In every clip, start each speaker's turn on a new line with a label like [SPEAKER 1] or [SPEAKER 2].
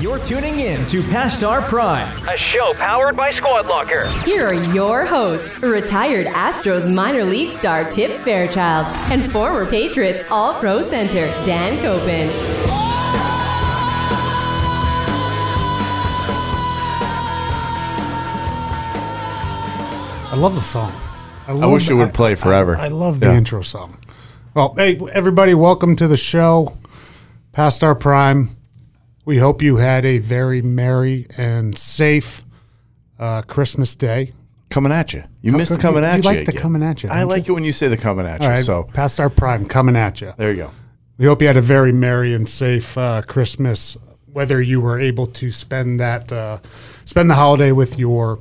[SPEAKER 1] You're tuning in to Past Our Prime,
[SPEAKER 2] a show powered by Squad Locker.
[SPEAKER 3] Here are your hosts, retired Astros minor league star Tip Fairchild and former Patriots All Pro Center Dan Copen.
[SPEAKER 4] I love the song. love
[SPEAKER 5] wish it would play forever.
[SPEAKER 4] I, I love the
[SPEAKER 5] Yeah.
[SPEAKER 4] intro song. Well, hey, everybody, welcome to the show. Past our prime. We hope you had a very merry and safe uh, Christmas day.
[SPEAKER 5] coming at you. You missed the coming
[SPEAKER 4] you-
[SPEAKER 5] at
[SPEAKER 4] you
[SPEAKER 5] you.
[SPEAKER 4] like the
[SPEAKER 5] again.
[SPEAKER 4] coming at you,
[SPEAKER 5] I
[SPEAKER 4] don't
[SPEAKER 5] like it when you say the coming at you.
[SPEAKER 4] All right,
[SPEAKER 5] So
[SPEAKER 4] past our prime, coming at you.
[SPEAKER 5] there you go.
[SPEAKER 4] We hope you had a very merry and safe uh, Christmas. Whether you were able to spend that uh, spend the holiday with your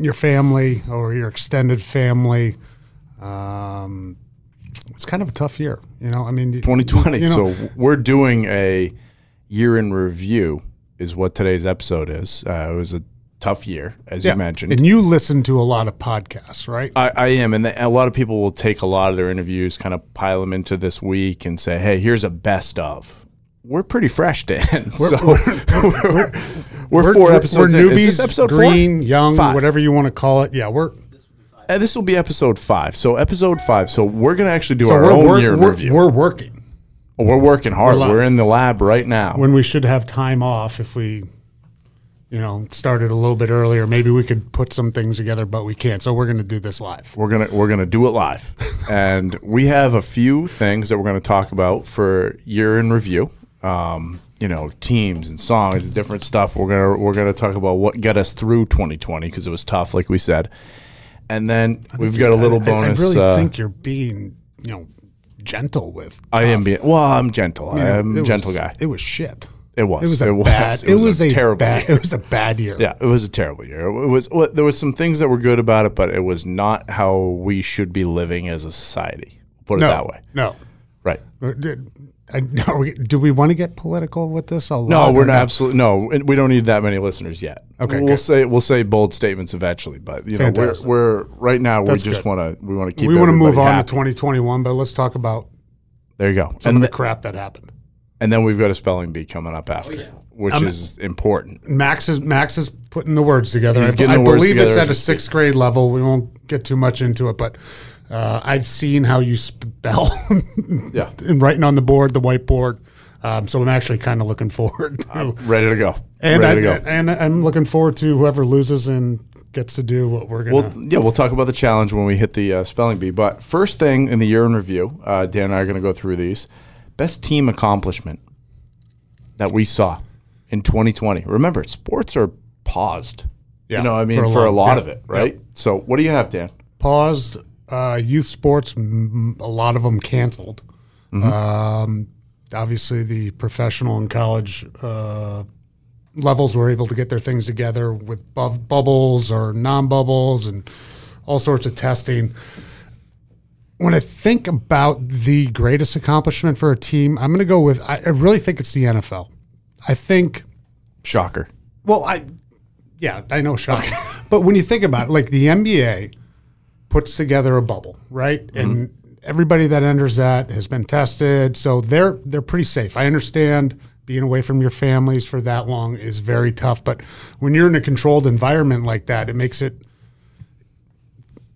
[SPEAKER 4] your family or your extended family, um, it's kind of a tough year. You know, I mean, you-
[SPEAKER 5] 2020.
[SPEAKER 4] you know,
[SPEAKER 5] so we're doing a year in review, is what today's episode is. Uh, it was a tough year, as
[SPEAKER 4] yeah.
[SPEAKER 5] you mentioned.
[SPEAKER 4] and you listen to a lot of podcasts, right?
[SPEAKER 5] I, I am, and a lot of people will take a lot of their interviews, kind of pile them into this week, and say, "Hey, here's a best of." We're pretty fresh, Dan. We're, so we're, we're, four episodes.
[SPEAKER 4] We're
[SPEAKER 5] in.
[SPEAKER 4] newbies,
[SPEAKER 5] Is this episode four?
[SPEAKER 4] green, young,
[SPEAKER 5] Five.
[SPEAKER 4] whatever you want to call it. Yeah, we're
[SPEAKER 5] And Uh, this will be episode five. So episode five. So we're gonna actually do
[SPEAKER 4] so
[SPEAKER 5] our
[SPEAKER 4] we're,
[SPEAKER 5] own
[SPEAKER 4] work-
[SPEAKER 5] year in
[SPEAKER 4] we're-
[SPEAKER 5] review.
[SPEAKER 4] we're working
[SPEAKER 5] We're working hard.
[SPEAKER 4] We're live.
[SPEAKER 5] We're, in the lab right now.
[SPEAKER 4] when we should have time off if we you know started a little bit earlier maybe we could put some things together but we can't so we're going to do this live
[SPEAKER 5] We're gonna we're gonna do it live, and we have a few things that we're gonna talk about for year in review. Um, you know, teams and songs and different stuff. We're gonna we're gonna talk about what got us through 2020 because it was tough, like we said. And then we've got a little
[SPEAKER 4] I-
[SPEAKER 5] bonus.
[SPEAKER 4] i, really
[SPEAKER 5] uh,
[SPEAKER 4] think you're being you know gentle with
[SPEAKER 5] I am being well. I'm gentle. I
[SPEAKER 4] It
[SPEAKER 5] am a
[SPEAKER 4] was-
[SPEAKER 5] gentle guy.
[SPEAKER 4] it was shit
[SPEAKER 5] It was.
[SPEAKER 4] it was a
[SPEAKER 5] It was.
[SPEAKER 4] bad it was, a, terrible bad,
[SPEAKER 5] year.
[SPEAKER 4] it was a bad year
[SPEAKER 5] Yeah, it was a terrible year. It was well, there was some things that were good about it, but it was not how we should be living as a society. Put it
[SPEAKER 4] no
[SPEAKER 5] that way.
[SPEAKER 4] no
[SPEAKER 5] Right.
[SPEAKER 4] Uh, did- I, are we, do we want to get political with this a lot
[SPEAKER 5] No, we're
[SPEAKER 4] or
[SPEAKER 5] not absolutely no. and We don't need that many listeners yet.
[SPEAKER 4] Okay,
[SPEAKER 5] we'll
[SPEAKER 4] good.
[SPEAKER 5] say we'll say bold statements eventually, but you know we're,
[SPEAKER 4] Fantastic.
[SPEAKER 5] we're right now
[SPEAKER 4] That's
[SPEAKER 5] we just
[SPEAKER 4] good.
[SPEAKER 5] want to we want to keep
[SPEAKER 4] we want to
[SPEAKER 5] everybody
[SPEAKER 4] move on
[SPEAKER 5] happy.
[SPEAKER 4] to 2021 but let's talk about
[SPEAKER 5] There you go.
[SPEAKER 4] some
[SPEAKER 5] And,
[SPEAKER 4] of the
[SPEAKER 5] th-
[SPEAKER 4] crap that happened
[SPEAKER 5] and then we've got a spelling bee coming up after, which is important.
[SPEAKER 4] Max is Max is putting the words together.
[SPEAKER 5] He's
[SPEAKER 4] I,
[SPEAKER 5] getting
[SPEAKER 4] I
[SPEAKER 5] the words
[SPEAKER 4] believe it's
[SPEAKER 5] together
[SPEAKER 4] at
[SPEAKER 5] as we
[SPEAKER 4] a sixth grade level. We won't get too much into it, but uh, I've seen how you spell
[SPEAKER 5] Yeah.
[SPEAKER 4] and writing on the board, the whiteboard. Um, so I'm actually kind of looking forward to,
[SPEAKER 5] Ready to go.
[SPEAKER 4] and I,
[SPEAKER 5] Ready to go.
[SPEAKER 4] and I'm looking forward to whoever loses and gets to do what we're gonna.
[SPEAKER 5] Well, yeah, we'll talk about the challenge when we hit the uh, spelling bee. But first thing in the year in review, uh, Dan and I are going to go through these best team accomplishment that we saw in 2020. Remember, sports are paused.
[SPEAKER 4] Yeah,
[SPEAKER 5] you know, what I mean,
[SPEAKER 4] for
[SPEAKER 5] for
[SPEAKER 4] a
[SPEAKER 5] a,
[SPEAKER 4] long-
[SPEAKER 5] lot
[SPEAKER 4] yeah,
[SPEAKER 5] of it, right? So, what do you have, Dan?
[SPEAKER 4] paused. Uh, youth sports, m- a lot of them canceled. Um, obviously, the professional and college uh, levels were able to get their things together with bu- bubbles or non bubbles and all sorts of testing. When I think about the greatest accomplishment for a team, I'm going to go with I, I really think it's the NFL. I think.
[SPEAKER 5] Shocker.
[SPEAKER 4] Well, I, yeah, I know, shock. But when you think about it, like the NBA puts together a bubble, right? And everybody that enters that has been tested, so they're they're pretty safe. I understand being away from your families for that long is very tough, but when you're in a controlled environment like that, it makes it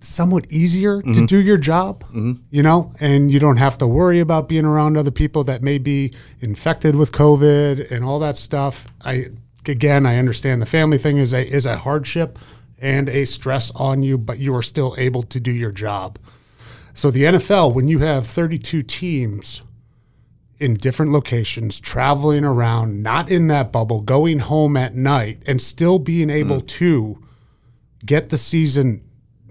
[SPEAKER 4] somewhat easier to do your job, you know, and you don't have to worry about being around other people that may be infected with COVID and all that stuff. I again, I understand the family thing is a is a hardship and a stress on you, but you are still able to do your job. So the NFL, when you have 32 teams in different locations, traveling around, not in that bubble, going home at night, and still being
[SPEAKER 5] Hmm.
[SPEAKER 4] able to get the season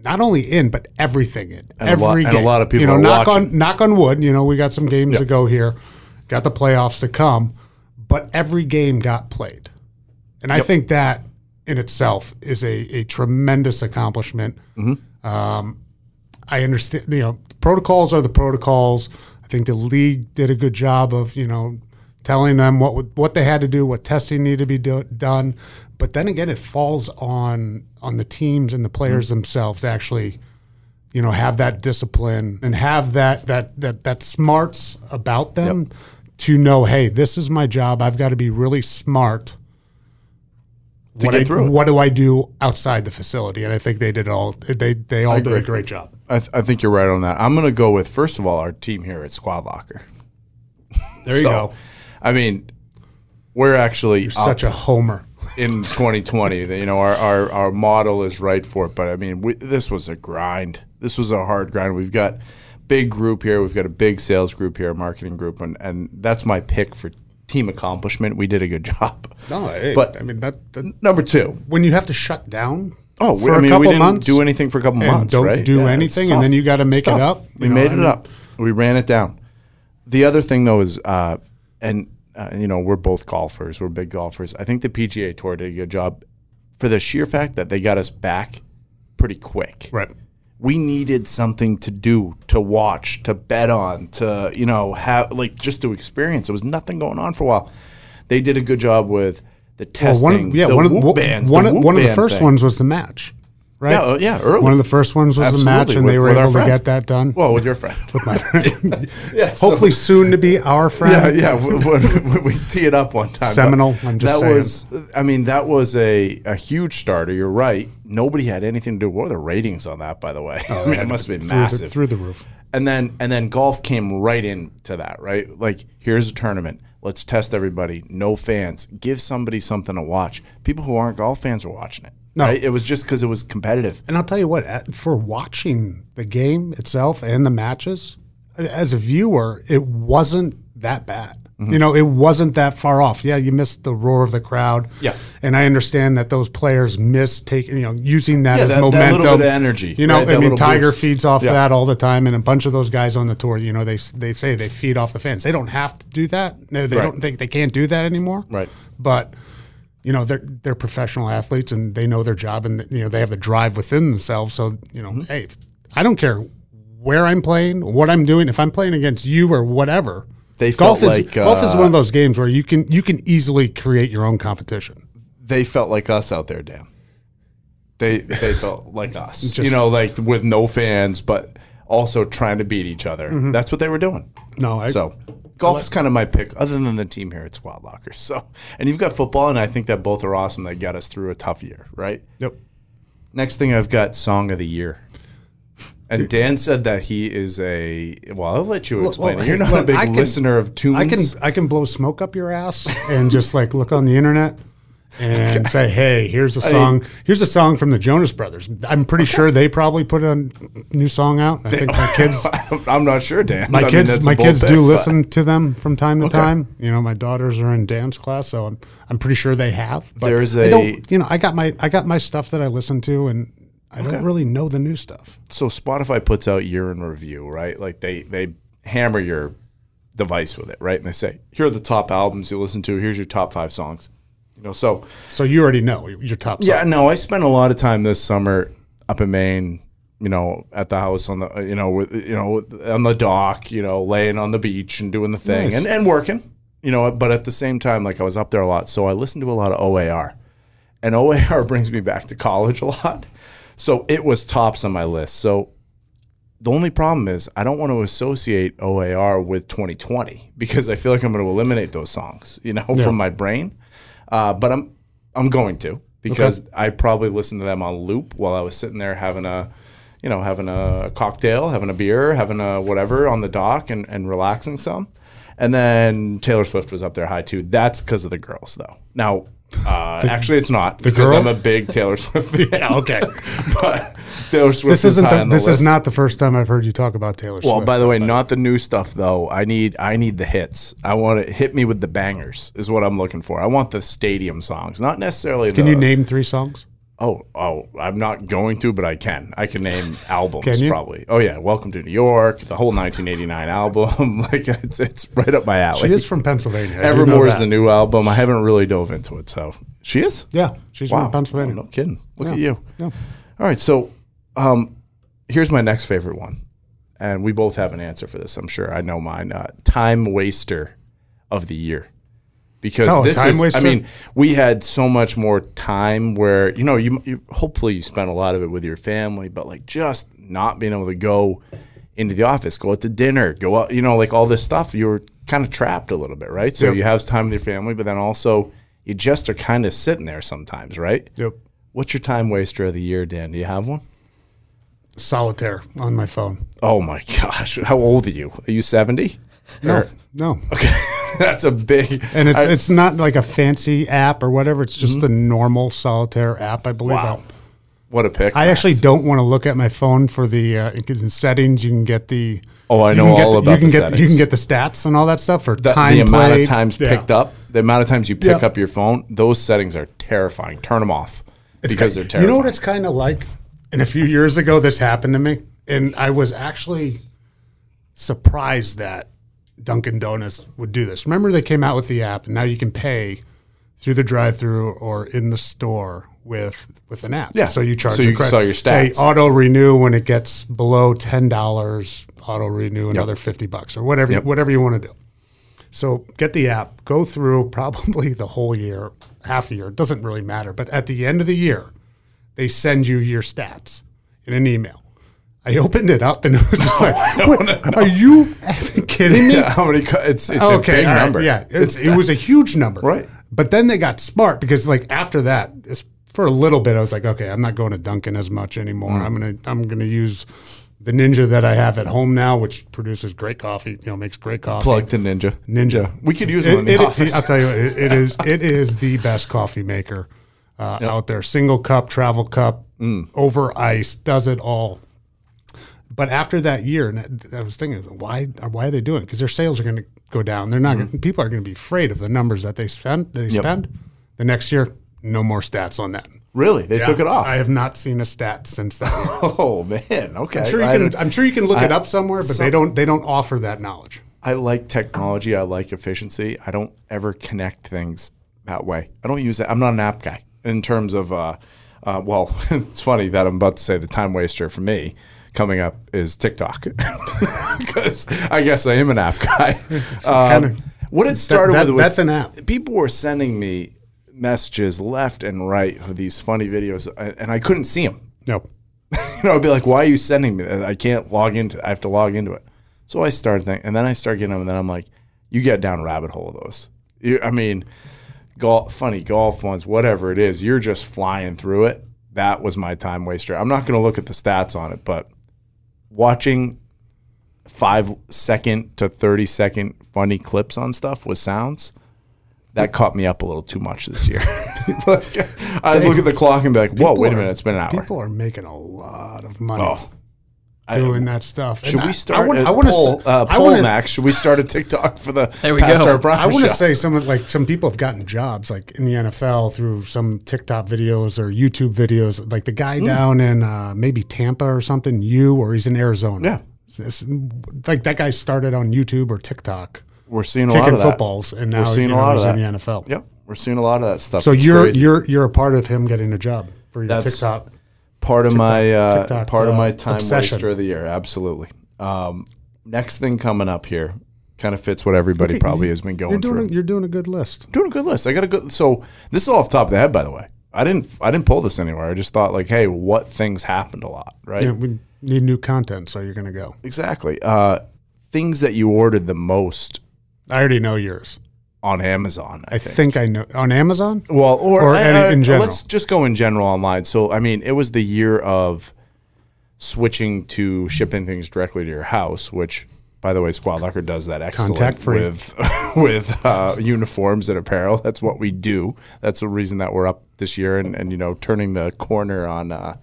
[SPEAKER 4] not only in but everything in
[SPEAKER 5] And a
[SPEAKER 4] every
[SPEAKER 5] lot- and a
[SPEAKER 4] game.
[SPEAKER 5] lot of people
[SPEAKER 4] You know,
[SPEAKER 5] are
[SPEAKER 4] knock
[SPEAKER 5] watching.
[SPEAKER 4] on knock on wood. You know, we got some games to go here, got the playoffs to come, but every game got played, and I think that in itself is a, a tremendous accomplishment. I understand, you know, protocols are the protocols. I think the league did a good job of, you know, telling them what would- what they had to do, what testing needed to be do, done. But then again, it falls on on the teams and the players
[SPEAKER 5] Mm-hmm.
[SPEAKER 4] themselves to actually, you know, have that discipline and have that that that that smarts about them to know, hey, this is my job. I've got to be really smart
[SPEAKER 5] To
[SPEAKER 4] what
[SPEAKER 5] get
[SPEAKER 4] I,
[SPEAKER 5] through it.
[SPEAKER 4] what do I do outside the facility? And I think they did all they they all did a
[SPEAKER 5] agree.
[SPEAKER 4] great job.
[SPEAKER 5] I, th- I think you're right on that. I'm going to go with first of all our team here at Squad Locker.
[SPEAKER 4] There you
[SPEAKER 5] So,
[SPEAKER 4] go.
[SPEAKER 5] I mean, we're actually up
[SPEAKER 4] Such a homer.
[SPEAKER 5] in 2020. that, you know, our, our our model is right for it, but I mean, we, this was a grind. This was a hard grind. We've got big group here. We've got a big sales group here, marketing group, and and that's my pick for team accomplishment. We did a good job.
[SPEAKER 4] No, hey,
[SPEAKER 5] But-
[SPEAKER 4] I mean that, that
[SPEAKER 5] Number two.
[SPEAKER 4] when you have to shut down.
[SPEAKER 5] Oh, we,
[SPEAKER 4] for
[SPEAKER 5] I mean,
[SPEAKER 4] a couple
[SPEAKER 5] we didn't
[SPEAKER 4] months,
[SPEAKER 5] do anything for a couple
[SPEAKER 4] and
[SPEAKER 5] months,
[SPEAKER 4] don't
[SPEAKER 5] right?
[SPEAKER 4] do
[SPEAKER 5] it's
[SPEAKER 4] anything, and
[SPEAKER 5] tough.
[SPEAKER 4] then you gotta make
[SPEAKER 5] It's
[SPEAKER 4] it
[SPEAKER 5] tough.
[SPEAKER 4] up,
[SPEAKER 5] We
[SPEAKER 4] you know,
[SPEAKER 5] made
[SPEAKER 4] I
[SPEAKER 5] it
[SPEAKER 4] mean-
[SPEAKER 5] up. We ran it down. The other thing though is, uh, and uh, you know, we're both golfers. We're big golfers. I think the PGA Tour did a good job for the sheer fact that they got us back pretty quick.
[SPEAKER 4] Right.
[SPEAKER 5] We needed something to do, to watch, to bet on, to you know, have like just to experience. There was nothing going on for a while. They did a good job with the
[SPEAKER 4] Well,
[SPEAKER 5] testing.
[SPEAKER 4] one of, yeah,
[SPEAKER 5] the
[SPEAKER 4] one of
[SPEAKER 5] whoop
[SPEAKER 4] one,
[SPEAKER 5] bands,
[SPEAKER 4] one,
[SPEAKER 5] the
[SPEAKER 4] of-
[SPEAKER 5] whoop
[SPEAKER 4] one of the
[SPEAKER 5] band
[SPEAKER 4] first
[SPEAKER 5] thing.
[SPEAKER 4] ones was the match, right?
[SPEAKER 5] Yeah, uh, yeah, early.
[SPEAKER 4] One of the first ones was the match,
[SPEAKER 5] Absolutely,
[SPEAKER 4] and they
[SPEAKER 5] with-
[SPEAKER 4] were
[SPEAKER 5] with our
[SPEAKER 4] able to
[SPEAKER 5] friend.
[SPEAKER 4] get that done.
[SPEAKER 5] Well, with your friend. with my yeah, so-
[SPEAKER 4] Hopefully, soon to be our
[SPEAKER 5] yeah,
[SPEAKER 4] friend.
[SPEAKER 5] yeah. We, we, we tee it up one time. but
[SPEAKER 4] Seminole, I'm just
[SPEAKER 5] that
[SPEAKER 4] saying.
[SPEAKER 5] was. I mean, that was a, a huge starter. You're right. Nobody had anything to do. What were the ratings on that, by the way? I mean, it must have been
[SPEAKER 4] Oh, through the,
[SPEAKER 5] massive.
[SPEAKER 4] through the roof.
[SPEAKER 5] and then and then golf came right into that. Right, like here's a tournament. Let's test everybody. No fans. Give somebody something to watch. People who aren't golf fans were watching it.
[SPEAKER 4] No.
[SPEAKER 5] right? it was just because it was competitive.
[SPEAKER 4] And I'll tell you what, at- for watching the game itself and the matches, a- as a viewer, it wasn't that bad.
[SPEAKER 5] Mm-hmm.
[SPEAKER 4] You know, it wasn't that far off. Yeah, you missed the roar of the crowd.
[SPEAKER 5] Yeah.
[SPEAKER 4] and I understand that those players miss taking, you know, using that
[SPEAKER 5] Yeah,
[SPEAKER 4] as
[SPEAKER 5] that- that little
[SPEAKER 4] momentum,
[SPEAKER 5] bit of energy,
[SPEAKER 4] You know,
[SPEAKER 5] right?
[SPEAKER 4] I
[SPEAKER 5] That
[SPEAKER 4] mean,
[SPEAKER 5] little
[SPEAKER 4] Tiger
[SPEAKER 5] boost.
[SPEAKER 4] feeds off
[SPEAKER 5] Yeah.
[SPEAKER 4] that all the time, and a bunch of those guys on the tour, you know, they s- they say they feed off the fans. They don't have to do that. No, they
[SPEAKER 5] Right.
[SPEAKER 4] don't think they can't do that anymore.
[SPEAKER 5] Right.
[SPEAKER 4] but you know they're they're professional athletes and they know their job and you know they have a drive within themselves. So you know,
[SPEAKER 5] Mm-hmm.
[SPEAKER 4] hey, I don't care where I'm playing, what I'm doing, if I'm playing against you or whatever.
[SPEAKER 5] They
[SPEAKER 4] golf
[SPEAKER 5] felt
[SPEAKER 4] is
[SPEAKER 5] like,
[SPEAKER 4] golf is
[SPEAKER 5] uh,
[SPEAKER 4] one of those games where you can you can easily create your own competition.
[SPEAKER 5] they felt like us out there, Dan. They they felt like us, you
[SPEAKER 4] Just-
[SPEAKER 5] know, like with no fans, but also trying to beat each other. That's what they were doing.
[SPEAKER 4] No, Mm-hmm. I,
[SPEAKER 5] so golf is kind of my pick, other than the team here at Squad Lockers. So, and you've got football, and I think that both are awesome. That got us through a tough year, right?
[SPEAKER 4] Yep.
[SPEAKER 5] Next thing I've got song of the year. And Dan said that he is a well. I'll let you
[SPEAKER 4] Look,
[SPEAKER 5] explain.
[SPEAKER 4] well,
[SPEAKER 5] it. You're not
[SPEAKER 4] look,
[SPEAKER 5] a big
[SPEAKER 4] I can-
[SPEAKER 5] listener of tunes.
[SPEAKER 4] I can I can blow smoke up your ass and just like look on the internet and say, hey, here's a song. here's a song from the Jonas Brothers. I'm pretty sure they probably put a new song out. I think my kids
[SPEAKER 5] I'm not sure, Dan. I
[SPEAKER 4] my
[SPEAKER 5] mean,
[SPEAKER 4] kids
[SPEAKER 5] that's a
[SPEAKER 4] my
[SPEAKER 5] bold
[SPEAKER 4] kids
[SPEAKER 5] pick,
[SPEAKER 4] do
[SPEAKER 5] but-
[SPEAKER 4] listen to them from time to time. You know, my daughters are in dance class, so I'm I'm pretty sure they have. But
[SPEAKER 5] There's
[SPEAKER 4] I
[SPEAKER 5] a-
[SPEAKER 4] don't, you know, I got my I got my stuff that I listen to, and I don't really know the new stuff.
[SPEAKER 5] so Spotify puts out year in review, right? Like they they hammer your device with it, right? And they say, here are the top albums you listen to. Here's your top five songs. You know, so
[SPEAKER 4] So you already know your top.
[SPEAKER 5] yeah,
[SPEAKER 4] song.
[SPEAKER 5] no, I spent a lot of time this summer up in Maine. You know, at the house on the uh, you know with you know with- on the dock, you know, laying on the beach and doing the thing
[SPEAKER 4] Nice.
[SPEAKER 5] and and working. You know, but at the same time, like I was up there a lot, so I listened to a lot of OAR, and OAR brings me back to college a lot. So it was tops on my list. So the only problem is I don't want to associate OAR with 2020 because I feel like I'm going to eliminate those songs, you know, from my brain. Uh, but I'm I'm going to because I probably listened to them on loop while I was sitting there having a, you know, having a cocktail, having a beer, having a whatever on the dock and, and relaxing some. And then Taylor Swift was up there high too. That's because of the girls though. Now, uh, actually, it's not because
[SPEAKER 4] girl?
[SPEAKER 5] I'm a big Taylor Swift. fan.
[SPEAKER 4] okay.
[SPEAKER 5] but Taylor Swift
[SPEAKER 4] This isn't
[SPEAKER 5] high
[SPEAKER 4] the,
[SPEAKER 5] on the
[SPEAKER 4] this is
[SPEAKER 5] list.
[SPEAKER 4] not the first time I've heard you talk about Taylor
[SPEAKER 5] Well,
[SPEAKER 4] Swift.
[SPEAKER 5] by the way, not the new stuff though. I need I need the hits. I want it hit me with the bangers is what I'm looking for. I want the stadium songs, not necessarily.
[SPEAKER 4] Can
[SPEAKER 5] the,
[SPEAKER 4] you name three songs?
[SPEAKER 5] Oh, oh, I'm not going to, but I can. I can name albums
[SPEAKER 4] Can you?
[SPEAKER 5] probably. Oh yeah, Welcome to New York, the whole 1989 album. like it's it's right up my alley.
[SPEAKER 4] She is from Pennsylvania. I do know
[SPEAKER 5] Evermore is
[SPEAKER 4] that.
[SPEAKER 5] the new album. I haven't really dove into it, so she is.
[SPEAKER 4] Yeah, she's
[SPEAKER 5] Wow.
[SPEAKER 4] from Pennsylvania.
[SPEAKER 5] Oh, no kidding. Look
[SPEAKER 4] Yeah.
[SPEAKER 5] at you.
[SPEAKER 4] Yeah.
[SPEAKER 5] All right. So um, here's my next favorite one. And we both have an answer for this, I'm sure. I know mine. Uh, time waster of the year. Because
[SPEAKER 4] Oh,
[SPEAKER 5] this
[SPEAKER 4] time
[SPEAKER 5] is,
[SPEAKER 4] waster?
[SPEAKER 5] I mean, we had so much more time where, you know, you, you hopefully you spent a lot of it with your family, but like just not being able to go into the office, go out to dinner, go out, you know, like all this stuff, you were kind of trapped a little bit, right? So you have time with your family, but then also you just are kind of sitting there sometimes, right?
[SPEAKER 4] Yep.
[SPEAKER 5] What's your time waster of the year, Dan? Do you have one?
[SPEAKER 4] Solitaire on my phone.
[SPEAKER 5] Oh my gosh, how old are you? Are you seventy?
[SPEAKER 4] No, no.
[SPEAKER 5] That's a big.
[SPEAKER 4] And it's
[SPEAKER 5] Er. I- Mm-hmm.
[SPEAKER 4] it's not like a fancy app or whatever. It's just the normal solitaire app, I believe.
[SPEAKER 5] wow. What a pick!
[SPEAKER 4] I actually don't want to look at my phone for the uh, in in settings. You can get the
[SPEAKER 5] Oh, I
[SPEAKER 4] you
[SPEAKER 5] know
[SPEAKER 4] can get
[SPEAKER 5] all
[SPEAKER 4] the-
[SPEAKER 5] about
[SPEAKER 4] you can
[SPEAKER 5] the
[SPEAKER 4] get the- you can
[SPEAKER 5] settings.
[SPEAKER 4] get the stats and all that stuff for
[SPEAKER 5] the,
[SPEAKER 4] time
[SPEAKER 5] the amount
[SPEAKER 4] played.
[SPEAKER 5] of times
[SPEAKER 4] Yeah.
[SPEAKER 5] picked up, the amount of times you pick
[SPEAKER 4] Yeah.
[SPEAKER 5] up your phone, those settings are terrifying. Turn them off because they're terrifying.
[SPEAKER 4] You know what it's kind of like? And a few years ago, this happened to me, and I was actually surprised that Dunkin' Donuts would do this. Remember, they came out with the app, and now you can pay through the drive-through or in the store with with an app.
[SPEAKER 5] Yeah.
[SPEAKER 4] So you charge
[SPEAKER 5] So you
[SPEAKER 4] credit.
[SPEAKER 5] saw your stats.
[SPEAKER 4] Hey, auto renew when it gets below ten dollars. Auto renew another fifty bucks or whatever
[SPEAKER 5] Yep.
[SPEAKER 4] whatever you want to do. So get the app, go through probably the whole year, half a year, it doesn't really matter. But at the end of the year, they send you your stats in an email. I opened it up and it was just like, what, are you effing kidding me?
[SPEAKER 5] Yeah, how many? co- It's it's a big
[SPEAKER 4] all right,
[SPEAKER 5] number.
[SPEAKER 4] Yeah, it's, it was a huge number.
[SPEAKER 5] Right.
[SPEAKER 4] But then they got smart because, like, after that, it's, for a little bit, I was like, okay, I'm not going to Dunkin' as much anymore.
[SPEAKER 5] Mm.
[SPEAKER 4] I'm gonna I'm gonna use the Ninja that I have at home now, which produces great coffee. You know, makes great coffee.
[SPEAKER 5] plug to Ninja.
[SPEAKER 4] Ninja.
[SPEAKER 5] We could use
[SPEAKER 4] It-
[SPEAKER 5] one in the
[SPEAKER 4] it-
[SPEAKER 5] office.
[SPEAKER 4] I'll tell you, it, it is it is the best coffee maker uh, out there. Single cup, travel cup,
[SPEAKER 5] Mm.
[SPEAKER 4] over ice, does it all. But after that year, and I- I was thinking, why why are they doing? it? Because their sales are going to go down. They're not. Gonna, people are going to be afraid of the numbers that they spend. They
[SPEAKER 5] Mm-hmm. Yep.
[SPEAKER 4] spend the next year. No more stats on that.
[SPEAKER 5] really? They took it off.
[SPEAKER 4] I have not seen a stat since that. year.
[SPEAKER 5] oh man. Okay.
[SPEAKER 4] I'm sure
[SPEAKER 5] I
[SPEAKER 4] you
[SPEAKER 5] don't-
[SPEAKER 4] can. I'm sure you can look it up somewhere, but they don't. They don't offer that knowledge.
[SPEAKER 5] I like technology. I like efficiency. I don't ever connect things that way. I don't use that. I'm not an app guy in terms of, uh, uh, well, it's funny that I'm about to say the time waster for me coming up is TikTok. Because I guess I am an app guy. Um,
[SPEAKER 4] kinda-
[SPEAKER 5] what it started
[SPEAKER 4] that-
[SPEAKER 5] with was
[SPEAKER 4] that's an app.
[SPEAKER 5] people were sending me messages left and right of these funny videos, a- and I couldn't see them
[SPEAKER 4] No.
[SPEAKER 5] you know, I'd be like, why are you sending me that? I can't log into I have to log into it. So I started thinking, and then I started getting them, and then I'm like, you get down a rabbit hole of those. You, I mean, golf, funny golf ones, whatever it is, you're just flying through it. That was my time waster. I'm not going to look at the stats on it, but watching five second to 30 second funny clips on stuff with sounds. That caught me up a little too much this year. like, I look at the clock and be like, "Whoa, wait a
[SPEAKER 4] People are-
[SPEAKER 5] minute! It's been an hour."
[SPEAKER 4] People are making a lot of money.
[SPEAKER 5] Oh. I-
[SPEAKER 4] doing that stuff.
[SPEAKER 5] Should
[SPEAKER 4] And
[SPEAKER 5] we
[SPEAKER 4] I-
[SPEAKER 5] start?
[SPEAKER 4] I want.
[SPEAKER 5] a
[SPEAKER 4] I want to.
[SPEAKER 5] poll, uh,
[SPEAKER 4] I
[SPEAKER 5] poll
[SPEAKER 4] wanna-
[SPEAKER 5] Max. Should we start a TikTok for the
[SPEAKER 6] There we
[SPEAKER 5] past
[SPEAKER 6] go.
[SPEAKER 5] Our prime
[SPEAKER 4] I want to
[SPEAKER 5] show?
[SPEAKER 4] say some of- like some people have gotten jobs like in the NFL through some TikTok videos or YouTube videos. Like the guy
[SPEAKER 5] Hmm.
[SPEAKER 4] down in uh, maybe Tampa or something, you or he's in Arizona.
[SPEAKER 5] Yeah.
[SPEAKER 4] This- like that guy started on YouTube or TikTok
[SPEAKER 5] we're seeing a lot
[SPEAKER 4] kicking
[SPEAKER 5] of that.
[SPEAKER 4] footballs, and now
[SPEAKER 5] We're seeing
[SPEAKER 4] you
[SPEAKER 5] a
[SPEAKER 4] know,
[SPEAKER 5] lot
[SPEAKER 4] he's
[SPEAKER 5] of that.
[SPEAKER 4] in the NFL.
[SPEAKER 5] Yep, we're seeing a lot of that stuff.
[SPEAKER 4] So
[SPEAKER 5] It's
[SPEAKER 4] you're
[SPEAKER 5] crazy.
[SPEAKER 4] you're you're a part of him getting a job for your
[SPEAKER 5] That's-
[SPEAKER 4] TikTok.
[SPEAKER 5] part of my uh,
[SPEAKER 4] TikTok,
[SPEAKER 5] part of
[SPEAKER 4] uh,
[SPEAKER 5] my time
[SPEAKER 4] obsession.
[SPEAKER 5] waster of the year. Absolutely. Um, next thing coming up here kind of fits what everybody probably has been going
[SPEAKER 4] You're
[SPEAKER 5] through.
[SPEAKER 4] doing a, you're doing a good list.
[SPEAKER 5] doing a good list. I got a good. So this is all off the top of the head, by the way. I didn't I didn't pull this anywhere. I just thought like, hey, what things happened a lot, right?
[SPEAKER 4] Yeah, we need new content, so you're going to go.
[SPEAKER 5] Exactly. Uh, things that you ordered the most
[SPEAKER 4] I already know yours.
[SPEAKER 5] on Amazon. I,
[SPEAKER 4] I
[SPEAKER 5] think.
[SPEAKER 4] think I know on Amazon.
[SPEAKER 5] Well, or, uh,
[SPEAKER 4] Or any- in general.
[SPEAKER 5] Let's just go in general online. So, I mean, it was the year of switching to shipping things directly to your house, which, by the way, Squad Locker does that excellent
[SPEAKER 4] Contact-free.
[SPEAKER 5] with with uh, uniforms and apparel. That's what we do. That's the reason that we're up this year and, and you know turning the corner on uh,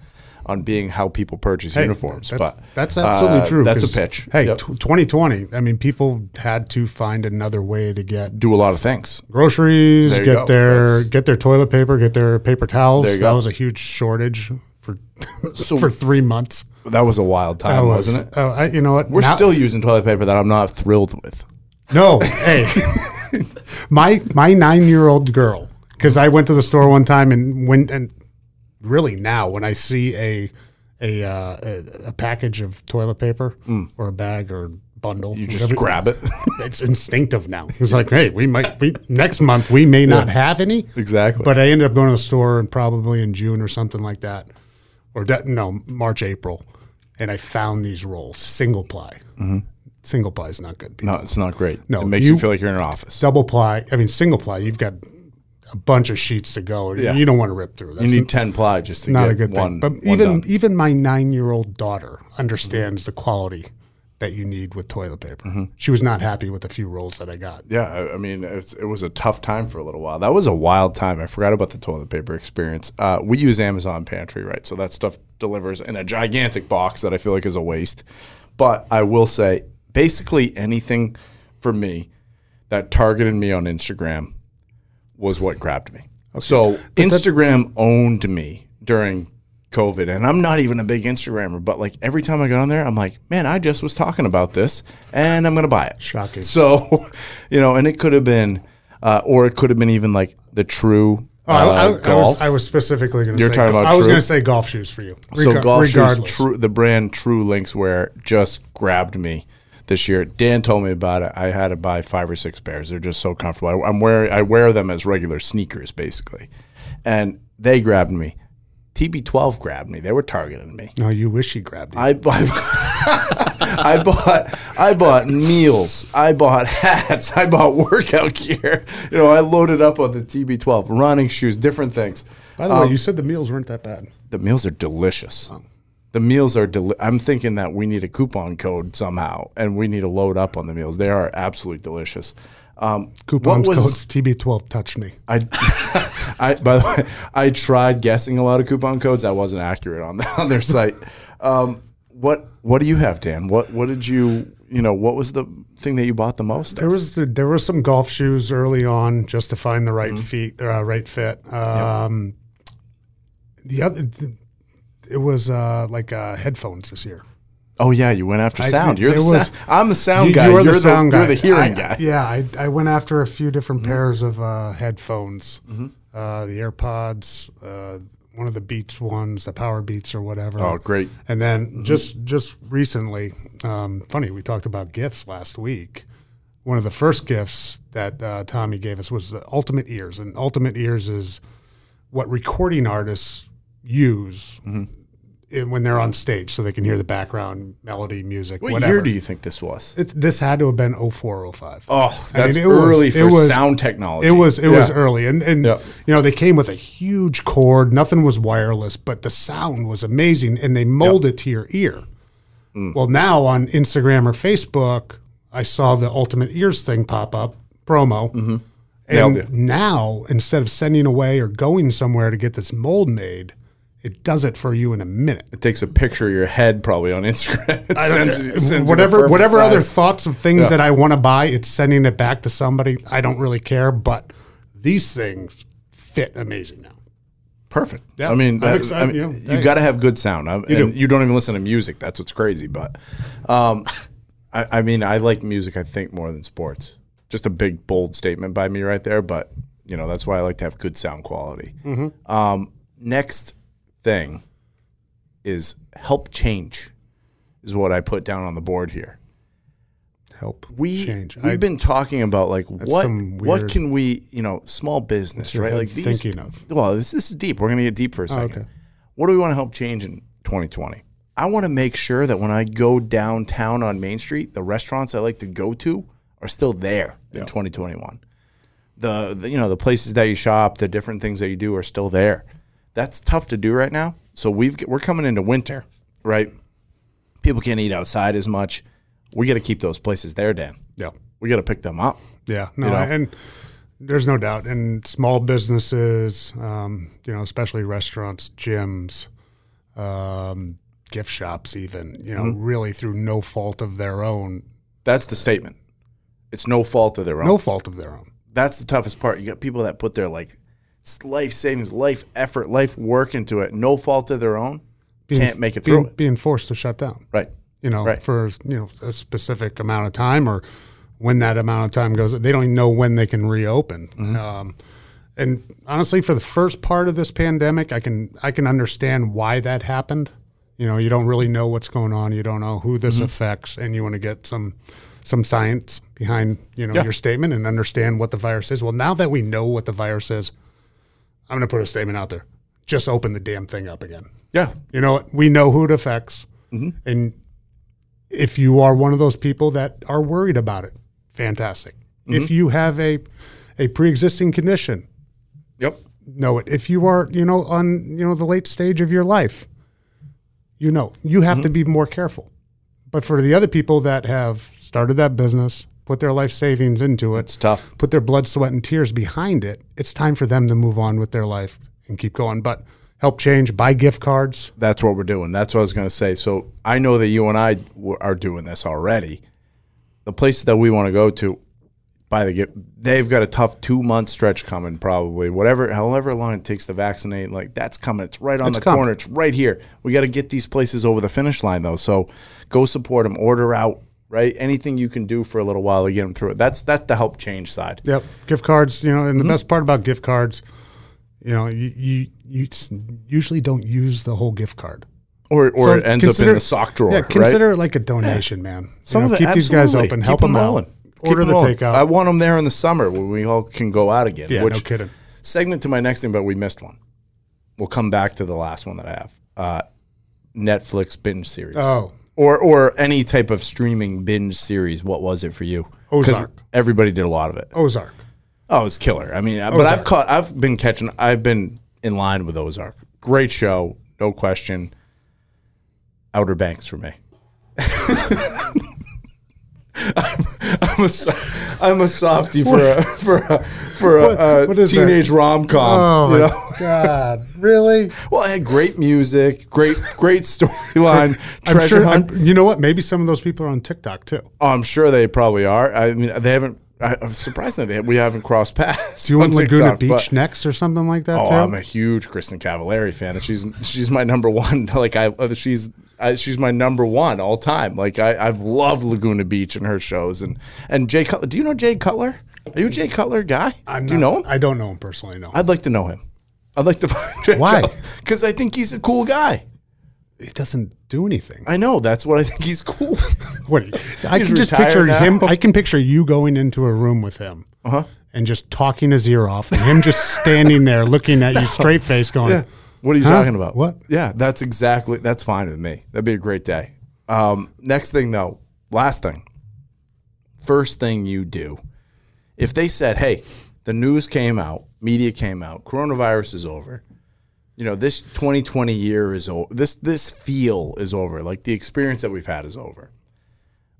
[SPEAKER 5] on being how people purchase
[SPEAKER 4] Hey,
[SPEAKER 5] uniforms.
[SPEAKER 4] That's,
[SPEAKER 5] but
[SPEAKER 4] that's absolutely
[SPEAKER 5] uh,
[SPEAKER 4] true.
[SPEAKER 5] That's a
[SPEAKER 4] 'cause,
[SPEAKER 5] pitch.
[SPEAKER 4] Hey,
[SPEAKER 5] Yep.
[SPEAKER 4] tw 2020. I mean, people had to find another way to get
[SPEAKER 5] do a lot of things.
[SPEAKER 4] groceries,
[SPEAKER 5] There you
[SPEAKER 4] get
[SPEAKER 5] go.
[SPEAKER 4] their
[SPEAKER 5] That's-
[SPEAKER 4] get their toilet paper, get their paper towels.
[SPEAKER 5] There you
[SPEAKER 4] That
[SPEAKER 5] go.
[SPEAKER 4] was a huge shortage for for three months.
[SPEAKER 5] That was a wild time,
[SPEAKER 4] That was,
[SPEAKER 5] wasn't it?
[SPEAKER 4] Oh, I, you know what?
[SPEAKER 5] We're
[SPEAKER 4] Now-
[SPEAKER 5] still using toilet paper that I'm not thrilled with.
[SPEAKER 4] No, hey, my my nine year old girl. Because I went to the store one time and when and really now when I see a a uh, a, a package of toilet paper or a bag or bundle,
[SPEAKER 5] Mm. You just grab it.
[SPEAKER 4] It's instinctive now. It's like, hey, we might we next month we may not have any.
[SPEAKER 5] Exactly.
[SPEAKER 4] But I ended up going to the store and probably in June or something like that, or de- no March April, and I found these rolls single ply. Single ply is not good. people.
[SPEAKER 5] Mm-hmm. No, it's not great.
[SPEAKER 4] No,
[SPEAKER 5] it makes you,
[SPEAKER 4] you-
[SPEAKER 5] feel like you're in an office.
[SPEAKER 4] double ply. I mean, single ply. You've got a bunch of sheets to go.
[SPEAKER 5] Yeah.
[SPEAKER 4] You don't want to rip through. That's
[SPEAKER 5] You need ten ply just to
[SPEAKER 4] not
[SPEAKER 5] get
[SPEAKER 4] a good thing.
[SPEAKER 5] one.
[SPEAKER 4] But
[SPEAKER 5] one
[SPEAKER 4] even e-
[SPEAKER 5] done.
[SPEAKER 4] even my nine year old daughter understands the quality that you need with toilet paper.
[SPEAKER 5] Mm-hmm.
[SPEAKER 4] She was not happy with the few rolls that I got.
[SPEAKER 5] yeah, I, I mean, it's, it was a tough time for a little while. That was a wild time. I forgot about the toilet paper experience. Uh, we use Amazon Pantry, right? So that stuff delivers in a gigantic box that I feel like is a waste. But I will say, basically anything for me that targeted me on Instagram was what grabbed me. So Instagram owned me during COVID, and I'm not even a big Instagrammer, but like every time I got on there, I'm like, man, I just was talking about this, and I'm gonna buy it.
[SPEAKER 4] Shocking.
[SPEAKER 5] So, you know, and it could have been, uh, or it could have been even like the true
[SPEAKER 4] Oh, I-
[SPEAKER 5] uh,
[SPEAKER 4] I, I was,
[SPEAKER 5] golf.
[SPEAKER 4] I was specifically going to
[SPEAKER 5] You're
[SPEAKER 4] say
[SPEAKER 5] talking
[SPEAKER 4] go-
[SPEAKER 5] about
[SPEAKER 4] I was
[SPEAKER 5] True?
[SPEAKER 4] going to say golf shoes for you.
[SPEAKER 5] so
[SPEAKER 4] Regar-
[SPEAKER 5] golf shoes,
[SPEAKER 4] regardless.
[SPEAKER 5] true, the brand True Links Wear just grabbed me this year. Dan told me about it. I had to buy five or six pairs. They're just so comfortable. I, am wearing I wear them as regular sneakers basically, and they grabbed me. TB12 grabbed me. They were targeting me.
[SPEAKER 4] No, you wish he grabbed you.
[SPEAKER 5] I bought. I bought I bought meals. I bought hats. I bought workout gear. You know, I loaded up on the TB12, running shoes, different things.
[SPEAKER 4] By the
[SPEAKER 5] um,
[SPEAKER 4] way, you said the meals weren't that bad.
[SPEAKER 5] The meals are delicious. The meals are deli- I'm thinking that we need a coupon code somehow, and we need to load up on the meals. They are absolutely delicious. Um,
[SPEAKER 4] Coupons
[SPEAKER 5] what was-
[SPEAKER 4] codes TB12 touch me.
[SPEAKER 5] I, I by the way, I tried guessing a lot of coupon codes. I wasn't accurate on, on their site. Um, what What do you have, Dan? What What did you you know? What was the thing that you bought the most?
[SPEAKER 4] There was there were some golf shoes early on just to find the right feet, uh, right fit. Um, The other, th- it was uh, like uh, headphones this year.
[SPEAKER 5] Oh yeah, you went after
[SPEAKER 4] I-
[SPEAKER 5] sound. You're the
[SPEAKER 4] there was-
[SPEAKER 5] sound, I'm the sound
[SPEAKER 4] You-
[SPEAKER 5] guy.
[SPEAKER 4] you are
[SPEAKER 5] You're the,
[SPEAKER 4] sound guy.
[SPEAKER 5] You're the hearing
[SPEAKER 4] I-
[SPEAKER 5] guy. Mm-hmm.
[SPEAKER 4] Yeah, I, I went after a few different pairs of uh, headphones, uh, the AirPods, uh, one of the Beats ones, the Power Beats or whatever.
[SPEAKER 5] Oh, great.
[SPEAKER 4] And then just just recently, um, funny we talked about gifts last week. One of the first gifts that uh, Tommy gave us was the Ultimate Ears, and Ultimate Ears is what recording artists use.
[SPEAKER 5] Mm-hmm.
[SPEAKER 4] in- When they're on stage, so they can hear the background melody, music,
[SPEAKER 5] What
[SPEAKER 4] whatever.
[SPEAKER 5] year do you think this was?
[SPEAKER 4] It, this had to have been 0405.
[SPEAKER 5] Oh,
[SPEAKER 4] I mean,
[SPEAKER 5] that's
[SPEAKER 4] it was-
[SPEAKER 5] early
[SPEAKER 4] it
[SPEAKER 5] for
[SPEAKER 4] was-
[SPEAKER 5] sound technology.
[SPEAKER 4] It was it was
[SPEAKER 5] Yeah.
[SPEAKER 4] early, and and
[SPEAKER 5] Yeah.
[SPEAKER 4] you know they came with a huge cord. Nothing was wireless, but the sound was amazing, and they mold it to your ear.
[SPEAKER 5] Mm.
[SPEAKER 4] Well, now on Instagram or Facebook, I saw the Ultimate Ears thing pop up promo,
[SPEAKER 5] Mm-hmm. Nailed
[SPEAKER 4] and
[SPEAKER 5] it.
[SPEAKER 4] now instead of sending away or going somewhere to get this mold made, it does it for you in a minute.
[SPEAKER 5] It takes a picture of your head probably on Instagram. It sends you- sends you the
[SPEAKER 4] whatever
[SPEAKER 5] perfect
[SPEAKER 4] whatever other
[SPEAKER 5] size.
[SPEAKER 4] thoughts of things
[SPEAKER 5] Yeah.
[SPEAKER 4] that I want to buy, it's sending it back to somebody. I don't really care, but these things fit amazing now.
[SPEAKER 5] Perfect.
[SPEAKER 4] Yeah,
[SPEAKER 5] I mean,
[SPEAKER 4] I'm
[SPEAKER 5] that- I
[SPEAKER 4] excited,
[SPEAKER 5] mean,
[SPEAKER 4] yeah.
[SPEAKER 5] you
[SPEAKER 4] Hey.
[SPEAKER 5] got to have good sound. I'm, you,
[SPEAKER 4] do.
[SPEAKER 5] do. you don't even listen to music. That's what's crazy. But um, I, I mean, I like music, I think, more than sports. Just a big, bold statement by me right there. But, you know, that's why I like to have good sound quality.
[SPEAKER 4] Mm-hmm.
[SPEAKER 5] Um, next thing is help change, is what I put down on the board here.
[SPEAKER 4] Help
[SPEAKER 5] we
[SPEAKER 4] change.
[SPEAKER 5] we've been talking about like what
[SPEAKER 4] some
[SPEAKER 5] what
[SPEAKER 4] weird-
[SPEAKER 5] can we you know small business
[SPEAKER 4] your
[SPEAKER 5] right
[SPEAKER 4] head
[SPEAKER 5] like these
[SPEAKER 4] thinking of? Oh,
[SPEAKER 5] well this, this is deep we're gonna get deep for a second
[SPEAKER 4] okay.
[SPEAKER 5] what do we want to help change in 2020 I want to make sure that when I go downtown on Main Street the restaurants I like to go to are still there in 2021 the, the you know the places that you shop the different things that you do are still there that's tough to do right now so we've we're coming into winter right people can't eat outside as much we got to keep those places there Dan
[SPEAKER 4] yeah,
[SPEAKER 5] we got to pick them up.
[SPEAKER 4] yeah, no,
[SPEAKER 5] You know?
[SPEAKER 4] and there's no doubt. And small businesses, um, you know, especially restaurants, gyms, um, gift shops, even you know,
[SPEAKER 5] Mm-hmm.
[SPEAKER 4] really through no fault of their own,
[SPEAKER 5] That's the statement. It's no fault of their own.
[SPEAKER 4] no fault of their own.
[SPEAKER 5] That's the toughest part. You got people that put their like s- life savings, life effort, life work into it. No fault of their own. Can't make it
[SPEAKER 4] being,
[SPEAKER 5] through it.
[SPEAKER 4] being forced to shut down.
[SPEAKER 5] Right.
[SPEAKER 4] you know,
[SPEAKER 5] Right.
[SPEAKER 4] for you know a specific amount of time or when that amount of time goes. They don't even know when they can reopen.
[SPEAKER 5] Mm-hmm.
[SPEAKER 4] Um, and honestly, for the first part of this pandemic, I can I can understand why that happened. You know, you don't really know what's going on. You don't know who this
[SPEAKER 5] Mm-hmm.
[SPEAKER 4] affects, and you want to get some some science behind you know
[SPEAKER 5] Yeah.
[SPEAKER 4] your statement and understand what the virus is. Well, now that we know what the virus is, I'm going to put a statement out there. Just open the damn thing up again.
[SPEAKER 5] Yeah.
[SPEAKER 4] You know, what? we know who it affects. And if you are one of those people that are worried about it, fantastic. If you have a, a pre existing condition,
[SPEAKER 5] Yep.
[SPEAKER 4] know it. If you are, you know, on you know the late stage of your life, you know, you have to be more careful. But for the other people that have started that business, put their life savings into it,
[SPEAKER 5] It's tough.
[SPEAKER 4] put their blood, sweat, and tears behind it, it's time for them to move on with their life and keep going. But help change, buy gift cards.
[SPEAKER 5] That's what we're doing. That's what I was going to say. So I know that you and I w- are doing this already. The places that we want to go to, by the gi- they've got a tough two month stretch coming. Probably whatever, however long it takes to vaccinate, like that's coming. It's right on
[SPEAKER 4] It's
[SPEAKER 5] the
[SPEAKER 4] coming.
[SPEAKER 5] corner. It's right here. We got to get these places over the finish line though. So go support them. Order out. Right, anything you can do for a little while to get them through it. That's that's the help change side.
[SPEAKER 4] Yep, gift cards. You know, and the
[SPEAKER 5] Mm-hmm.
[SPEAKER 4] best part about gift cards, you know, you you, you s- usually don't use the whole gift card.
[SPEAKER 5] Or or
[SPEAKER 4] So
[SPEAKER 5] it ends up
[SPEAKER 4] consider-
[SPEAKER 5] in the sock drawer.
[SPEAKER 4] Yeah,
[SPEAKER 5] right?
[SPEAKER 4] consider it like a donation, man.
[SPEAKER 5] Some
[SPEAKER 4] You know,
[SPEAKER 5] of it,
[SPEAKER 4] keep these guys
[SPEAKER 5] absolutely.
[SPEAKER 4] open,
[SPEAKER 5] Keep
[SPEAKER 4] help them
[SPEAKER 5] rolling.
[SPEAKER 4] out,
[SPEAKER 5] Keep
[SPEAKER 4] order
[SPEAKER 5] them
[SPEAKER 4] the
[SPEAKER 5] rolling. I
[SPEAKER 4] takeout.
[SPEAKER 5] want them there in the summer when we all can go out again.
[SPEAKER 4] Yeah,
[SPEAKER 5] which
[SPEAKER 4] no kidding.
[SPEAKER 5] Segment to my next thing, but we missed one. We'll come back to the last one that I have. Uh, Netflix binge series.
[SPEAKER 4] Oh.
[SPEAKER 5] Or or any type of streaming binge series. What was it for you? 'Cause
[SPEAKER 4] Ozark.
[SPEAKER 5] Everybody did a lot of it.
[SPEAKER 4] Ozark.
[SPEAKER 5] Oh, it's killer. I mean, but I've caught, I've been catching, I've been in line with Ozark. Great show, no question. Outer Banks for me. I'm, I'm a, so- I'm a softie for a, for a, for a, uh,
[SPEAKER 4] what is that?
[SPEAKER 5] teenage rom com.
[SPEAKER 4] Oh my God, really?
[SPEAKER 5] Well, it had great music, great great storyline, treasure
[SPEAKER 4] I'm sure.
[SPEAKER 5] hunt.
[SPEAKER 4] I'm, you know what? Maybe some of those people are on TikTok too.
[SPEAKER 5] Oh, I'm sure they probably are. I mean, they haven't. I, I'm surprised that they, we haven't crossed paths.
[SPEAKER 4] Do you want
[SPEAKER 5] on
[SPEAKER 4] Laguna
[SPEAKER 5] TikTok,
[SPEAKER 4] Beach
[SPEAKER 5] but-
[SPEAKER 4] next or something like that
[SPEAKER 5] Oh,
[SPEAKER 4] too?
[SPEAKER 5] I'm a huge Kristen Cavallari fan, and she's she's my number one. Like I, uh, she's I, she's my number one all time. Like I, I've loved Laguna Beach and her shows, and and Jay Cutler. Do you know Jay Cutler? Are you a Jay Cutler guy?
[SPEAKER 4] I'm
[SPEAKER 5] do you
[SPEAKER 4] not-
[SPEAKER 5] know him?
[SPEAKER 4] I don't know him personally. No,
[SPEAKER 5] I, would like to know him. I'd like to find Jay
[SPEAKER 4] Why?
[SPEAKER 5] Because I think he's a cool guy.
[SPEAKER 4] he doesn't do anything.
[SPEAKER 5] I know that's what I think he's cool.
[SPEAKER 4] What? I
[SPEAKER 5] He's
[SPEAKER 4] can just
[SPEAKER 5] retired
[SPEAKER 4] picture
[SPEAKER 5] now. Uh-huh.
[SPEAKER 4] him. I can picture you going into a room with him and just talking his ear off, and him just standing there looking at you straight face, going,
[SPEAKER 5] Yeah. What are you
[SPEAKER 4] Huh?
[SPEAKER 5] talking about?
[SPEAKER 4] What?
[SPEAKER 5] Yeah, that's exactly that's fine with me. That'd be a great day. Um, next thing though, last thing. First thing you do. If they said, "Hey, the news came out, media came out, coronavirus is over." You know, this 2020 year is over. This this feel is over. Like the experience that we've had is over.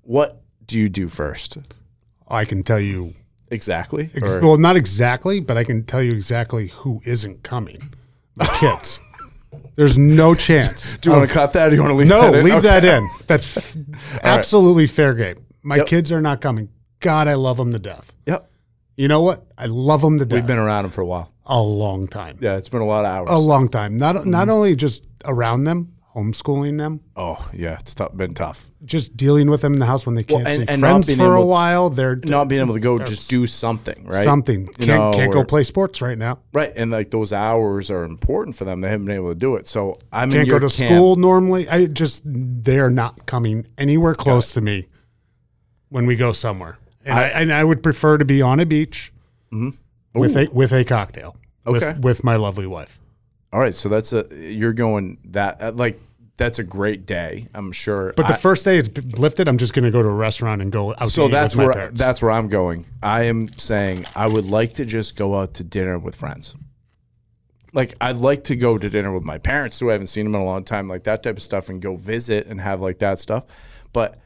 [SPEAKER 5] What do you do first?
[SPEAKER 4] "I can tell you."
[SPEAKER 5] Exactly.
[SPEAKER 4] Ex-
[SPEAKER 5] Or-
[SPEAKER 4] well, not exactly, but I can tell you exactly who isn't coming. The kids. There's no chance.
[SPEAKER 5] do you want
[SPEAKER 4] of-
[SPEAKER 5] to cut that? Or do you want to leave?
[SPEAKER 4] No,
[SPEAKER 5] that in?
[SPEAKER 4] leave
[SPEAKER 5] Okay.
[SPEAKER 4] that in. That's f- absolutely fair game. My kids are not coming. God, I love them to death.
[SPEAKER 5] Yep.
[SPEAKER 4] You know what? I love them to death.
[SPEAKER 5] We've been around him for a while.
[SPEAKER 4] a long time.
[SPEAKER 5] Yeah, it's been a lot of hours.
[SPEAKER 4] a long time. Not not only just around them, homeschooling them,
[SPEAKER 5] Mm-hmm. Oh yeah, it's tough, been tough.
[SPEAKER 4] just dealing with them in the house when they
[SPEAKER 5] Well,
[SPEAKER 4] can't
[SPEAKER 5] and-
[SPEAKER 4] see
[SPEAKER 5] and not
[SPEAKER 4] friends
[SPEAKER 5] being
[SPEAKER 4] for a
[SPEAKER 5] able-
[SPEAKER 4] while. They're
[SPEAKER 5] Not being able to go, just do something, right?
[SPEAKER 4] something can't
[SPEAKER 5] You know,
[SPEAKER 4] can't go
[SPEAKER 5] or-
[SPEAKER 4] play sports right now.
[SPEAKER 5] Right, and like those hours are important for them. They haven't been able to do it. So I'm in
[SPEAKER 4] Can't go
[SPEAKER 5] your
[SPEAKER 4] to
[SPEAKER 5] camp.
[SPEAKER 4] school normally. I just they're not coming anywhere close to me when we go somewhere. And I, and I would prefer to be on a beach with a with a cocktail
[SPEAKER 5] Mm-hmm. Okay.
[SPEAKER 4] with with my lovely wife.
[SPEAKER 5] All right, so that's a you're going that uh, like that's a great day. I'm sure.
[SPEAKER 4] But the
[SPEAKER 5] I-
[SPEAKER 4] first day it's lifted, I'm just going to go to a restaurant and go out.
[SPEAKER 5] so
[SPEAKER 4] to eat
[SPEAKER 5] that's
[SPEAKER 4] with my
[SPEAKER 5] where
[SPEAKER 4] parents.
[SPEAKER 5] that's where I'm going. I am saying I would like to just go out to dinner with friends. Like I'd like to go to dinner with my parents who I haven't seen them in a long time, like that type of stuff, and go visit and have like that stuff. But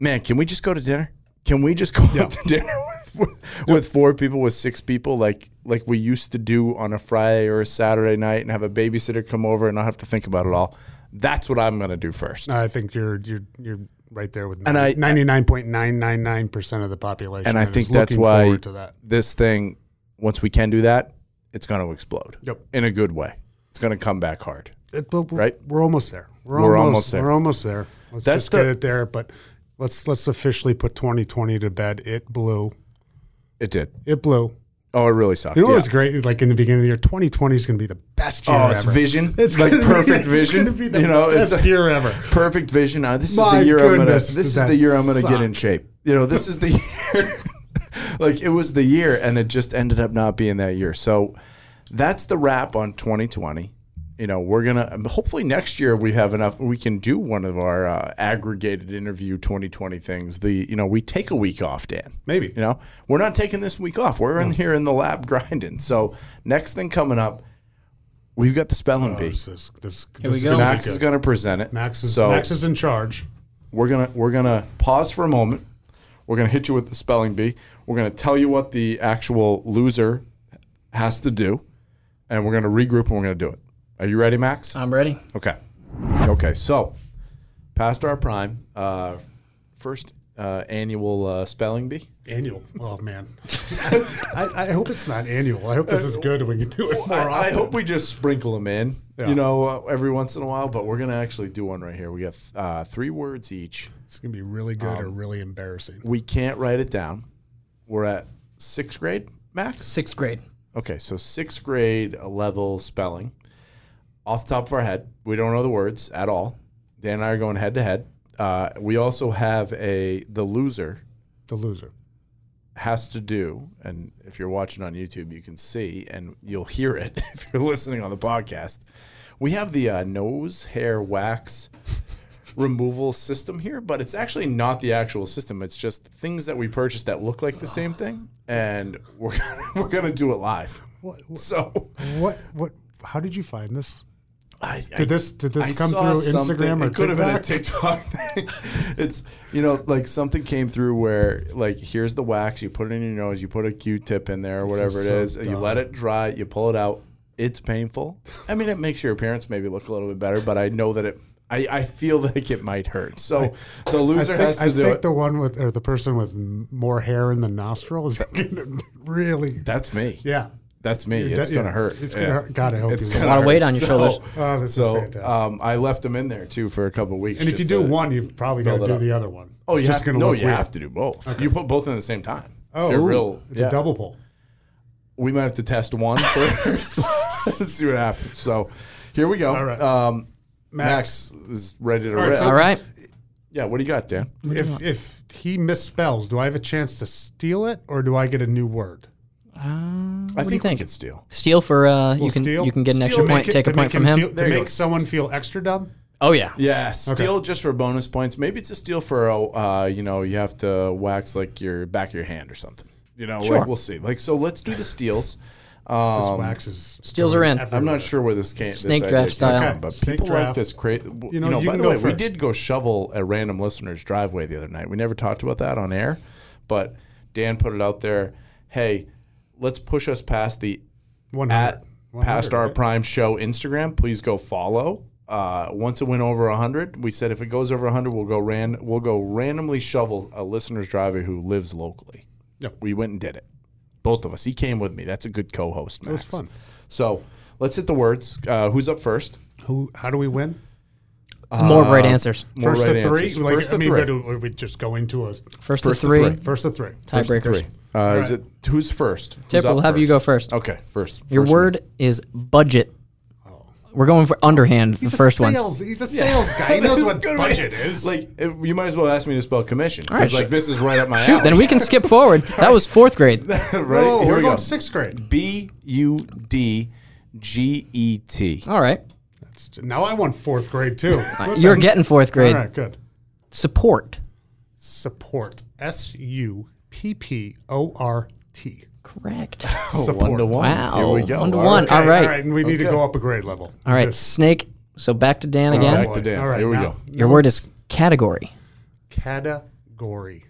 [SPEAKER 5] man, can we just go to dinner? Can we just go out to dinner with, with, with four people, with six people, like like we used to do on a Friday or a Saturday night, and have a babysitter come over and not have to think about it all? That's what I'm gonna do first.
[SPEAKER 4] I think you're you're you're right there with
[SPEAKER 5] And I-
[SPEAKER 4] ninety nine point nine nine nine percent of the population.
[SPEAKER 5] and I
[SPEAKER 4] is
[SPEAKER 5] think that's
[SPEAKER 4] looking
[SPEAKER 5] why
[SPEAKER 4] forward to that.
[SPEAKER 5] this thing, once we can do that, it's going to explode.
[SPEAKER 4] Yep.
[SPEAKER 5] In a good way. It's going to come back hard.
[SPEAKER 4] It- but we're,
[SPEAKER 5] Right?
[SPEAKER 4] we're almost there. We're,
[SPEAKER 5] We're
[SPEAKER 4] almost,
[SPEAKER 5] almost there.
[SPEAKER 4] We're almost there. Let's
[SPEAKER 5] That's
[SPEAKER 4] just get
[SPEAKER 5] the-
[SPEAKER 4] it there. But let's let's officially put twenty twenty to bed. It blew.
[SPEAKER 5] It did.
[SPEAKER 4] It blew.
[SPEAKER 5] Oh, it really sucked.
[SPEAKER 4] You know
[SPEAKER 5] yeah.
[SPEAKER 4] what's great? Like in the beginning of the year, twenty twenty is going to be the best year.
[SPEAKER 5] Oh, it's
[SPEAKER 4] ever.
[SPEAKER 5] vision.
[SPEAKER 4] It's
[SPEAKER 5] like
[SPEAKER 4] gonna be-
[SPEAKER 5] perfect
[SPEAKER 4] it's
[SPEAKER 5] vision.
[SPEAKER 4] gonna be the
[SPEAKER 5] you know,
[SPEAKER 4] best
[SPEAKER 5] it's a
[SPEAKER 4] year ever.
[SPEAKER 5] Perfect vision. Uh, this is
[SPEAKER 4] My
[SPEAKER 5] the year I'm gonna.
[SPEAKER 4] goodness,
[SPEAKER 5] This
[SPEAKER 4] does
[SPEAKER 5] is
[SPEAKER 4] that
[SPEAKER 5] the year I'm gonna get
[SPEAKER 4] suck.
[SPEAKER 5] in shape. You know, this is the year. like it was the year, and it just ended up not being that year. So that's the wrap on 2020. you know, we're gonna um, hopefully next year we have enough. We can do one of our uh, aggregated interview 2020 things. The you know we take a week off, Dan.
[SPEAKER 4] Maybe.
[SPEAKER 5] you know we're not taking this week off. We're in here in the lab grinding. So next thing coming up, we've got the spelling bee.
[SPEAKER 4] This is, this,
[SPEAKER 6] Here
[SPEAKER 4] this
[SPEAKER 6] we
[SPEAKER 4] is
[SPEAKER 6] go.
[SPEAKER 4] gonna be
[SPEAKER 5] Max is
[SPEAKER 4] good.
[SPEAKER 5] going to present it.
[SPEAKER 4] Oh, Max is
[SPEAKER 5] so
[SPEAKER 4] Max is in charge.
[SPEAKER 5] we're gonna we're gonna pause for a moment. We're gonna hit you with the spelling bee. We're gonna tell you what the actual loser has to do, and we're gonna regroup and we're gonna do it. Are you ready, Max?
[SPEAKER 6] I'm ready.
[SPEAKER 5] Okay. Okay. So, past our prime, uh, first uh, annual uh, spelling bee.
[SPEAKER 4] Annual. Oh man, I, I hope it's not annual. I hope this is good. and We can do it more
[SPEAKER 5] I, I
[SPEAKER 4] often.
[SPEAKER 5] hope we just sprinkle them in,
[SPEAKER 4] Yeah.
[SPEAKER 5] you know, uh, every once in a while. But we're gonna actually do one right here. We got uh, three words each.
[SPEAKER 4] It's gonna be really good or really embarrassing.
[SPEAKER 5] We can't write it down. We're at sixth grade, Max.
[SPEAKER 6] Sixth grade.
[SPEAKER 5] Okay, so sixth grade level spelling. Off the top of our head, we don't know the words at all. Dan and I are going head to head. Uh, We also have a the loser
[SPEAKER 4] The loser.
[SPEAKER 5] has to do, and if you're watching on YouTube, you can see and you'll hear it if you're listening on the podcast. We have the uh, nose hair wax removal system here, but it's actually not the actual system. It's just things that we purchased that look like the same thing, and we're gonna, we're gonna do it live. So
[SPEAKER 4] What? What? How did you find this?
[SPEAKER 5] I,
[SPEAKER 4] Did this- did this come
[SPEAKER 5] saw
[SPEAKER 4] through
[SPEAKER 5] something-
[SPEAKER 4] Instagram or
[SPEAKER 5] it could have been a TikTok thing. it's you know like something came through where like here's the wax you put it in your nose you put a Q-tip in there or whatever it
[SPEAKER 4] so
[SPEAKER 5] is you let it dry you pull it out it's painful. I mean it makes your appearance maybe look a little bit better but I know that it I, I feel like it might hurt so the
[SPEAKER 4] I
[SPEAKER 5] loser
[SPEAKER 4] think,
[SPEAKER 5] has to
[SPEAKER 4] I
[SPEAKER 5] do
[SPEAKER 4] think
[SPEAKER 5] it.
[SPEAKER 4] the one with or the person with m- more hair in the nostril is gonna really.
[SPEAKER 5] That's me.
[SPEAKER 4] yeah.
[SPEAKER 5] That's me.
[SPEAKER 4] You're
[SPEAKER 5] it's
[SPEAKER 4] de-
[SPEAKER 5] gonna
[SPEAKER 4] yeah.
[SPEAKER 5] hurt.
[SPEAKER 4] It's gonna hurt. God, I hope you
[SPEAKER 5] gonna
[SPEAKER 4] win. A lot
[SPEAKER 6] of weight
[SPEAKER 5] hurt.
[SPEAKER 6] on your
[SPEAKER 5] So-
[SPEAKER 6] shoulders.
[SPEAKER 4] Oh, this is
[SPEAKER 5] so,
[SPEAKER 4] fantastic.
[SPEAKER 5] Um, I left them in there too for a couple weeks.
[SPEAKER 4] And if you
[SPEAKER 5] just
[SPEAKER 4] do
[SPEAKER 5] to-
[SPEAKER 4] one, you've probably got
[SPEAKER 5] build
[SPEAKER 4] to
[SPEAKER 5] it
[SPEAKER 4] do
[SPEAKER 5] up.
[SPEAKER 4] the other one.
[SPEAKER 5] Oh,
[SPEAKER 4] It's
[SPEAKER 5] you
[SPEAKER 4] just
[SPEAKER 5] have
[SPEAKER 4] gonna
[SPEAKER 5] no.
[SPEAKER 4] look
[SPEAKER 5] You
[SPEAKER 4] weird.
[SPEAKER 5] have to do both. You put both in at the same time.
[SPEAKER 4] Oh,
[SPEAKER 5] They're real.
[SPEAKER 4] It's
[SPEAKER 5] yeah.
[SPEAKER 4] a double pull.
[SPEAKER 5] We might have to test one first. Let's see what happens. So, here we go.
[SPEAKER 4] All right.
[SPEAKER 5] Um,
[SPEAKER 4] Max.
[SPEAKER 5] Max. is ready to
[SPEAKER 4] right,
[SPEAKER 5] rip.
[SPEAKER 4] so-
[SPEAKER 6] All right.
[SPEAKER 5] Yeah. What do you got, Dan?
[SPEAKER 4] If if he misspells, do I have a chance to steal it or do I get a new word?
[SPEAKER 5] I
[SPEAKER 6] do you
[SPEAKER 5] think we
[SPEAKER 6] think?
[SPEAKER 5] could steal.
[SPEAKER 6] Steal for uh, you can
[SPEAKER 4] steal-
[SPEAKER 6] you can get an
[SPEAKER 4] steal
[SPEAKER 6] extra
[SPEAKER 4] to
[SPEAKER 6] point,
[SPEAKER 4] make it-
[SPEAKER 6] take a
[SPEAKER 4] to
[SPEAKER 6] point
[SPEAKER 4] make
[SPEAKER 6] from him.
[SPEAKER 4] feel-
[SPEAKER 5] There
[SPEAKER 4] to
[SPEAKER 5] you
[SPEAKER 4] make
[SPEAKER 5] go.
[SPEAKER 4] someone feel extra dumb.
[SPEAKER 6] oh yeah.
[SPEAKER 5] Yeah, steal just for bonus points. Maybe it's a steal for uh, you know you have to wax like your back of your hand or something. You know, like we'll see. Like so, let's do the steals.
[SPEAKER 4] This wax is
[SPEAKER 6] Um, Steals are in.
[SPEAKER 5] I'm not sure where this came.
[SPEAKER 6] Snake
[SPEAKER 5] this
[SPEAKER 6] draft
[SPEAKER 5] idea came
[SPEAKER 6] style.
[SPEAKER 5] from, but
[SPEAKER 4] Snake
[SPEAKER 5] people like
[SPEAKER 4] draft.
[SPEAKER 5] this. Cra- you know,
[SPEAKER 4] know, you
[SPEAKER 5] by
[SPEAKER 4] can
[SPEAKER 5] the
[SPEAKER 4] go
[SPEAKER 5] way, we
[SPEAKER 4] first.
[SPEAKER 5] did go shovel a random listener's driveway the other night. We never talked about that on air, but Dan put it out there. Hey, let's push us past the
[SPEAKER 4] one
[SPEAKER 5] at past our prime show Instagram. Please go follow. Uh, once it went over hundred, we said if it goes over hundred, we'll go ran we'll go randomly shovel a listener's driver who lives locally.
[SPEAKER 4] Yep.
[SPEAKER 5] we went and did it. Both of us. He came with me. That's a good co-host. Max.
[SPEAKER 4] was fun.
[SPEAKER 5] So let's hit the words. Uh, who's up first?
[SPEAKER 4] Who? How do we win?
[SPEAKER 6] More right answers.
[SPEAKER 5] More
[SPEAKER 4] first
[SPEAKER 5] right
[SPEAKER 4] to three.
[SPEAKER 5] answers.
[SPEAKER 4] Like,
[SPEAKER 5] first
[SPEAKER 4] I
[SPEAKER 5] to
[SPEAKER 4] mean,
[SPEAKER 5] three.
[SPEAKER 4] do we- we just go into a
[SPEAKER 6] First,
[SPEAKER 5] first
[SPEAKER 6] to
[SPEAKER 5] to
[SPEAKER 6] three.
[SPEAKER 5] three.
[SPEAKER 4] first to three.
[SPEAKER 6] Tiebreakers.
[SPEAKER 5] Three. Uh, Is it who's first? Who's
[SPEAKER 6] Tip,
[SPEAKER 5] up
[SPEAKER 6] we'll have you go first.
[SPEAKER 5] Okay, first.
[SPEAKER 6] Your
[SPEAKER 5] first one.
[SPEAKER 6] word is budget. We're going for underhand, the first
[SPEAKER 4] one.
[SPEAKER 6] ones.
[SPEAKER 4] He's a sales guy. He knows what budget is.
[SPEAKER 5] Like it- you might as well ask me to spell commission
[SPEAKER 6] right,
[SPEAKER 5] because like
[SPEAKER 6] sure.
[SPEAKER 5] this is right up my
[SPEAKER 6] Shoot,
[SPEAKER 5] alley.
[SPEAKER 6] then we can skip forward. That was fourth grade.
[SPEAKER 5] right?
[SPEAKER 4] oh,
[SPEAKER 5] Here
[SPEAKER 4] we're
[SPEAKER 5] we
[SPEAKER 4] going
[SPEAKER 5] go.
[SPEAKER 4] sixth grade.
[SPEAKER 5] B U D G E T.
[SPEAKER 6] All right.
[SPEAKER 4] That's- Now I want fourth grade too. What
[SPEAKER 6] You're
[SPEAKER 4] the-
[SPEAKER 6] getting fourth grade.
[SPEAKER 4] All right, good.
[SPEAKER 6] Support.
[SPEAKER 4] Support. S U P P O R T.
[SPEAKER 6] Correct.
[SPEAKER 4] Support.
[SPEAKER 5] One to one.
[SPEAKER 6] Wow.
[SPEAKER 5] Here we go.
[SPEAKER 6] One to
[SPEAKER 5] All
[SPEAKER 6] one.
[SPEAKER 5] right.
[SPEAKER 6] All right.
[SPEAKER 4] and we need to
[SPEAKER 5] Okay.
[SPEAKER 4] go up a grade level. Oh,
[SPEAKER 6] All right. Snake. So back to Dan again.
[SPEAKER 5] Back to Dan. Here we go.
[SPEAKER 6] Your word is category.
[SPEAKER 4] category.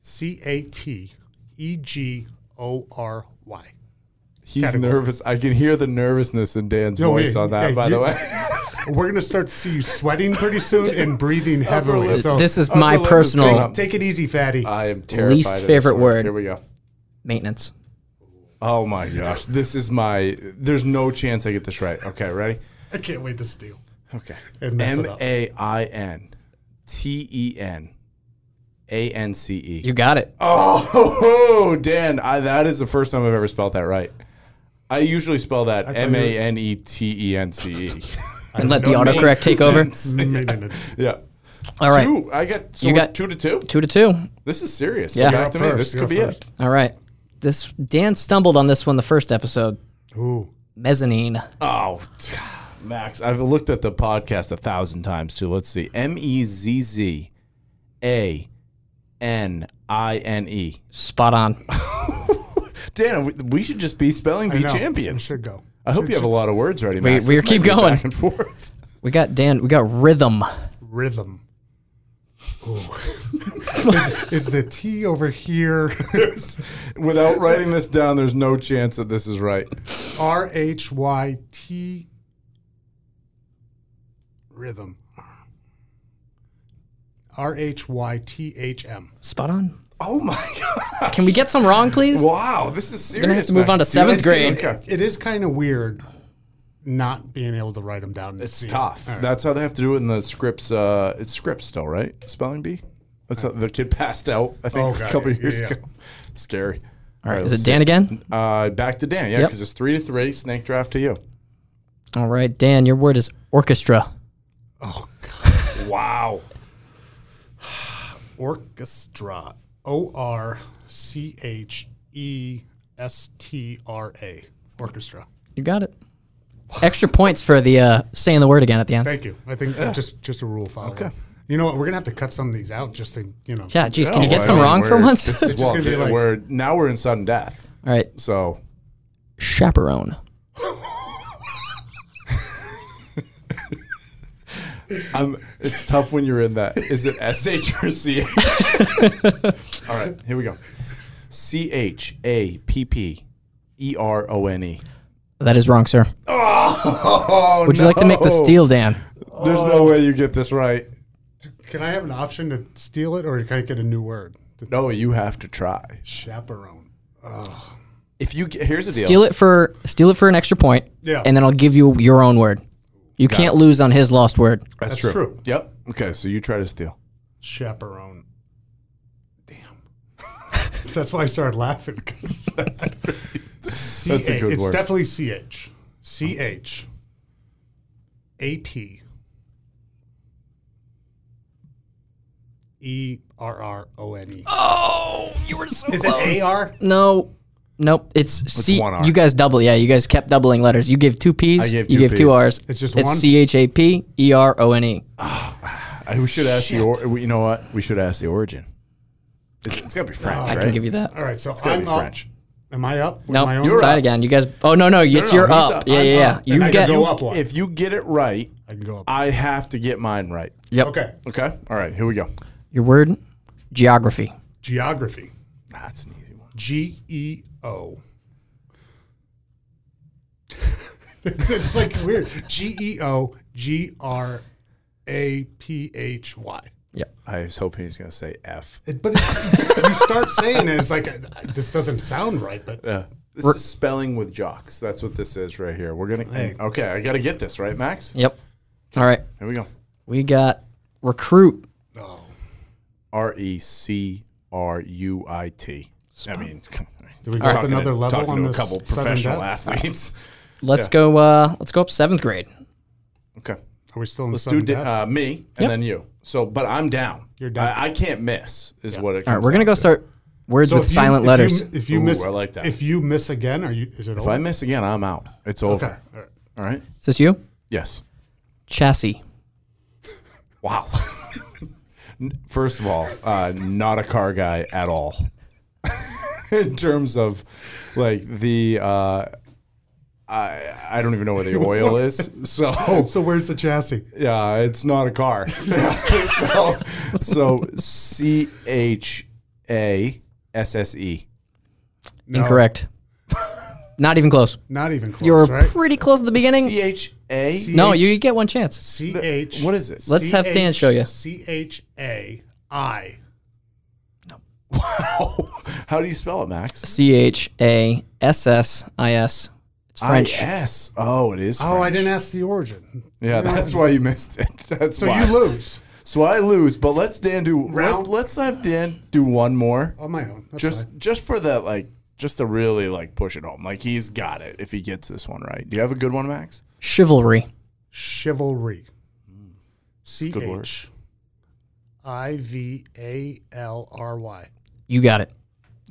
[SPEAKER 4] C A T E G O R Y.
[SPEAKER 5] He's
[SPEAKER 4] Category.
[SPEAKER 5] nervous. I can hear the nervousness in Dan's
[SPEAKER 4] No,
[SPEAKER 5] voice
[SPEAKER 4] we-
[SPEAKER 5] on that.
[SPEAKER 4] hey,
[SPEAKER 5] by the
[SPEAKER 4] you-
[SPEAKER 5] way,
[SPEAKER 4] We're gonna start to see you sweating pretty soon and breathing heavily. So
[SPEAKER 6] this is
[SPEAKER 5] Upper
[SPEAKER 6] my
[SPEAKER 5] lip Uh, is
[SPEAKER 6] personal
[SPEAKER 5] going up.
[SPEAKER 4] take it easy, fatty.
[SPEAKER 5] I am terrified.
[SPEAKER 6] Least
[SPEAKER 5] of this
[SPEAKER 6] favorite word.
[SPEAKER 5] Here we go.
[SPEAKER 6] maintenance.
[SPEAKER 5] Oh my gosh, this is my. There's no chance I get this right. Okay, ready?
[SPEAKER 4] I can't wait to steal.
[SPEAKER 5] Okay.
[SPEAKER 4] And mess it
[SPEAKER 5] M
[SPEAKER 4] up.
[SPEAKER 5] A I N T E N A N C E.
[SPEAKER 6] You got it.
[SPEAKER 5] Oh, Dan, I, that is the first time I've ever spelled that right. I usually spell that
[SPEAKER 4] you
[SPEAKER 5] M
[SPEAKER 4] were-
[SPEAKER 5] A N E T E N C E.
[SPEAKER 6] and let the autocorrect take over.
[SPEAKER 4] Maintenance.
[SPEAKER 5] Yeah.
[SPEAKER 6] All right.
[SPEAKER 5] Two. I got. So
[SPEAKER 6] You
[SPEAKER 5] we're
[SPEAKER 6] got-
[SPEAKER 5] two to two.
[SPEAKER 6] Two to two.
[SPEAKER 5] This is serious.
[SPEAKER 6] Yeah.
[SPEAKER 5] Yeah. Back to
[SPEAKER 4] You're
[SPEAKER 5] me.
[SPEAKER 4] up
[SPEAKER 5] This
[SPEAKER 4] first.
[SPEAKER 5] could be
[SPEAKER 4] You're
[SPEAKER 5] it.
[SPEAKER 6] All right. This Dan stumbled on this one the first episode.
[SPEAKER 4] Ooh.
[SPEAKER 6] mezzanine.
[SPEAKER 5] Oh, Max, I've looked at the podcast a thousand times too. Let's see. M E Z Z A N I N E.
[SPEAKER 6] Spot on.
[SPEAKER 5] Dana, we, we should just be spelling
[SPEAKER 4] I
[SPEAKER 5] bee
[SPEAKER 4] know. We
[SPEAKER 5] champions.
[SPEAKER 4] should go.
[SPEAKER 5] I hope you have a lot of words ready, Max.
[SPEAKER 6] we
[SPEAKER 5] This might
[SPEAKER 6] keep
[SPEAKER 5] be
[SPEAKER 6] going.
[SPEAKER 5] Back and forth.
[SPEAKER 6] We got Dan. We got rhythm.
[SPEAKER 4] Rhythm. Ooh. is, is the T over here?
[SPEAKER 5] Without writing this down, there's no chance that this is right.
[SPEAKER 4] R H Y T. Rhythm. R H Y T H M.
[SPEAKER 6] Spot on.
[SPEAKER 5] Oh my god!
[SPEAKER 6] Can we get some wrong, please?
[SPEAKER 5] Wow, this is serious.
[SPEAKER 6] gonna have to move
[SPEAKER 5] Max.
[SPEAKER 6] on to
[SPEAKER 5] Dude,
[SPEAKER 6] seventh
[SPEAKER 5] it's-
[SPEAKER 6] grade.
[SPEAKER 5] okay.
[SPEAKER 4] It is kind of weird not being able to write them down. and
[SPEAKER 5] It's
[SPEAKER 4] see 'em.
[SPEAKER 5] tough.
[SPEAKER 4] All right.
[SPEAKER 5] That's how they have to do it in the scripts. Uh, it's scripts still, right? Spelling bee. That's how the kid passed out. I think
[SPEAKER 4] Oh,
[SPEAKER 5] a
[SPEAKER 4] got
[SPEAKER 5] couple
[SPEAKER 4] it.
[SPEAKER 5] years
[SPEAKER 4] Yeah, yeah.
[SPEAKER 5] ago. Scary.
[SPEAKER 6] All right. Is it Dan again?
[SPEAKER 5] Uh, back to Dan. Yeah,
[SPEAKER 6] Yep.
[SPEAKER 5] because it's three to three. Snake draft to you.
[SPEAKER 6] All right, Dan. Your word is orchestra.
[SPEAKER 5] Wow.
[SPEAKER 4] Orchestra. O R C H E S T R A. Orchestra.
[SPEAKER 6] You got it. Extra points for the uh, saying the word again at the end.
[SPEAKER 4] Thank you. I think just just a rule follow. Okay. You know what? We're gonna have to cut some of these out just to you know.
[SPEAKER 6] Yeah, geez, can you
[SPEAKER 5] No,
[SPEAKER 6] get
[SPEAKER 5] Oh, I
[SPEAKER 6] some
[SPEAKER 5] mean,
[SPEAKER 6] wrong for
[SPEAKER 5] we're-
[SPEAKER 6] once?
[SPEAKER 5] This is
[SPEAKER 4] It's
[SPEAKER 5] well,
[SPEAKER 4] gonna be like-
[SPEAKER 5] we're now we're in sudden death.
[SPEAKER 6] All right,
[SPEAKER 5] So
[SPEAKER 6] chaperone.
[SPEAKER 5] I'm, it's tough when you're in that. Is it S H or C H? All right, here we go. C H A P P E R O N E.
[SPEAKER 6] That is wrong, sir.
[SPEAKER 5] Oh,
[SPEAKER 6] Would you like to make the
[SPEAKER 5] no.
[SPEAKER 6] steal, Dan?
[SPEAKER 5] There's no way you get this right.
[SPEAKER 4] Can I have an option to steal it, or can I get a new word? The
[SPEAKER 5] No, you have to try.
[SPEAKER 4] chaperone.
[SPEAKER 5] If you get, here's the deal.
[SPEAKER 6] Steal it for steal it for an extra point,
[SPEAKER 4] Yeah.
[SPEAKER 6] and then I'll give you your own word. You can't lose on his lost word.
[SPEAKER 5] That's,
[SPEAKER 4] That's true.
[SPEAKER 5] Yep. Okay, so you try to steal.
[SPEAKER 4] Chaperone. Damn. That's why I started laughing. C
[SPEAKER 5] That's a
[SPEAKER 4] A.
[SPEAKER 5] good
[SPEAKER 4] It's
[SPEAKER 5] word.
[SPEAKER 4] definitely C H. C H. A P. E R R O N E.
[SPEAKER 6] Oh, you were so
[SPEAKER 4] Is it A R?
[SPEAKER 6] No, nope. It's C.
[SPEAKER 5] one R.
[SPEAKER 6] You guys double. Yeah, you guys kept doubling letters. You gave two P's.
[SPEAKER 5] I gave
[SPEAKER 6] you
[SPEAKER 5] two
[SPEAKER 6] gave two
[SPEAKER 5] Ps.
[SPEAKER 6] R's.
[SPEAKER 4] It's just
[SPEAKER 6] it's
[SPEAKER 4] one?
[SPEAKER 6] C H A P E R O N E.
[SPEAKER 5] I, we should ask the or, you know what? We should ask the origin. It's, it's got to be French,
[SPEAKER 6] I
[SPEAKER 5] right?
[SPEAKER 6] can give you that.
[SPEAKER 4] All right, so
[SPEAKER 5] gotta
[SPEAKER 4] I'm
[SPEAKER 5] be
[SPEAKER 4] up.
[SPEAKER 5] French.
[SPEAKER 4] Am I up? with
[SPEAKER 6] No,
[SPEAKER 4] my own?
[SPEAKER 6] it's tied again. You guys. Oh no, no. Yes,
[SPEAKER 5] no,
[SPEAKER 6] you're
[SPEAKER 5] he's
[SPEAKER 6] up.
[SPEAKER 5] up.
[SPEAKER 6] Yeah,
[SPEAKER 5] I'm
[SPEAKER 6] yeah,
[SPEAKER 5] up.
[SPEAKER 6] yeah.
[SPEAKER 4] And I
[SPEAKER 6] You
[SPEAKER 4] can
[SPEAKER 6] get.
[SPEAKER 4] go up one.
[SPEAKER 5] If you get it right,
[SPEAKER 4] I can go up.
[SPEAKER 5] I have to get mine right.
[SPEAKER 6] Yep.
[SPEAKER 4] okay.
[SPEAKER 5] Okay. All right. Here we go.
[SPEAKER 6] Your word, geography.
[SPEAKER 4] Geography.
[SPEAKER 5] That's an easy one.
[SPEAKER 4] G E O. It's like weird. G E O G R A P H Y.
[SPEAKER 6] Yep.
[SPEAKER 5] I was hoping he's going to say F.
[SPEAKER 4] It- But it's, you start saying it, it's like uh, this doesn't sound right. But
[SPEAKER 5] This is spelling with jocks. That's what this is right here. We're going to. Okay. I got to get this right, Max.
[SPEAKER 6] Yep. All right.
[SPEAKER 5] Here we go.
[SPEAKER 6] We got recruit.
[SPEAKER 4] oh,
[SPEAKER 5] R E C R U I T. I mean,
[SPEAKER 4] do we go up
[SPEAKER 5] talking to-
[SPEAKER 4] another level
[SPEAKER 5] talking
[SPEAKER 4] on
[SPEAKER 5] to
[SPEAKER 4] this?
[SPEAKER 5] a couple
[SPEAKER 4] sudden
[SPEAKER 5] professional
[SPEAKER 4] death?
[SPEAKER 5] athletes.
[SPEAKER 6] Let's go. Uh, let's go up seventh grade.
[SPEAKER 5] Okay.
[SPEAKER 4] Are we still in
[SPEAKER 5] Let's do
[SPEAKER 4] sudden
[SPEAKER 5] di-
[SPEAKER 4] death?
[SPEAKER 5] uh, me and
[SPEAKER 6] Yep.
[SPEAKER 5] then you. So, but I'm down.
[SPEAKER 4] You're down.
[SPEAKER 5] I, I can't miss, is what it comes
[SPEAKER 6] All right, we're gonna
[SPEAKER 5] down
[SPEAKER 6] go start words
[SPEAKER 4] So
[SPEAKER 6] with
[SPEAKER 4] if you- if
[SPEAKER 6] silent
[SPEAKER 4] you-
[SPEAKER 6] letters.
[SPEAKER 4] if you
[SPEAKER 5] Ooh,
[SPEAKER 4] miss,
[SPEAKER 5] I like that.
[SPEAKER 4] If you miss again, are you? Is it
[SPEAKER 5] If
[SPEAKER 4] over?
[SPEAKER 5] I miss again, I'm out. It's over.
[SPEAKER 4] okay. All right.
[SPEAKER 5] All right.
[SPEAKER 6] Is this you?
[SPEAKER 5] Yes.
[SPEAKER 6] Chassis.
[SPEAKER 5] Wow. N- First of all, uh, not a car guy at all. In terms of like the, uh, I I don't even know where the oil is. So
[SPEAKER 4] Oh, So where's the chassis?
[SPEAKER 5] yeah, Uh, it's not a car. so so C H A S S E.
[SPEAKER 6] Incorrect. Not even close.
[SPEAKER 4] Not even close.
[SPEAKER 6] You were
[SPEAKER 4] right?
[SPEAKER 6] pretty close at the beginning.
[SPEAKER 5] C H A.
[SPEAKER 6] no,
[SPEAKER 4] CH
[SPEAKER 6] you get one chance.
[SPEAKER 4] C H.
[SPEAKER 5] What is it?
[SPEAKER 6] Let's have Dan show you.
[SPEAKER 4] C H A I.
[SPEAKER 5] Wow. Oh, How do you spell it, Max?
[SPEAKER 6] C H A S S I S. It's French.
[SPEAKER 5] Yes. Oh, it is.
[SPEAKER 4] Oh, I
[SPEAKER 5] French.
[SPEAKER 4] didn't ask the origin.
[SPEAKER 5] Yeah, that's why you missed it. That's
[SPEAKER 4] So
[SPEAKER 5] why.
[SPEAKER 4] you lose
[SPEAKER 5] So I lose, but let's Dan do.
[SPEAKER 4] Round-
[SPEAKER 5] Let, let's have Dan do one more,
[SPEAKER 4] on my own. That's
[SPEAKER 5] just
[SPEAKER 4] fine.
[SPEAKER 5] just for that, like just to really like push it home. Like he's got it if he gets this one right. Do you have a good one, Max?
[SPEAKER 6] Chivalry.
[SPEAKER 4] chivalry. C
[SPEAKER 5] good word.
[SPEAKER 4] H I V A L R Y.
[SPEAKER 6] You got it.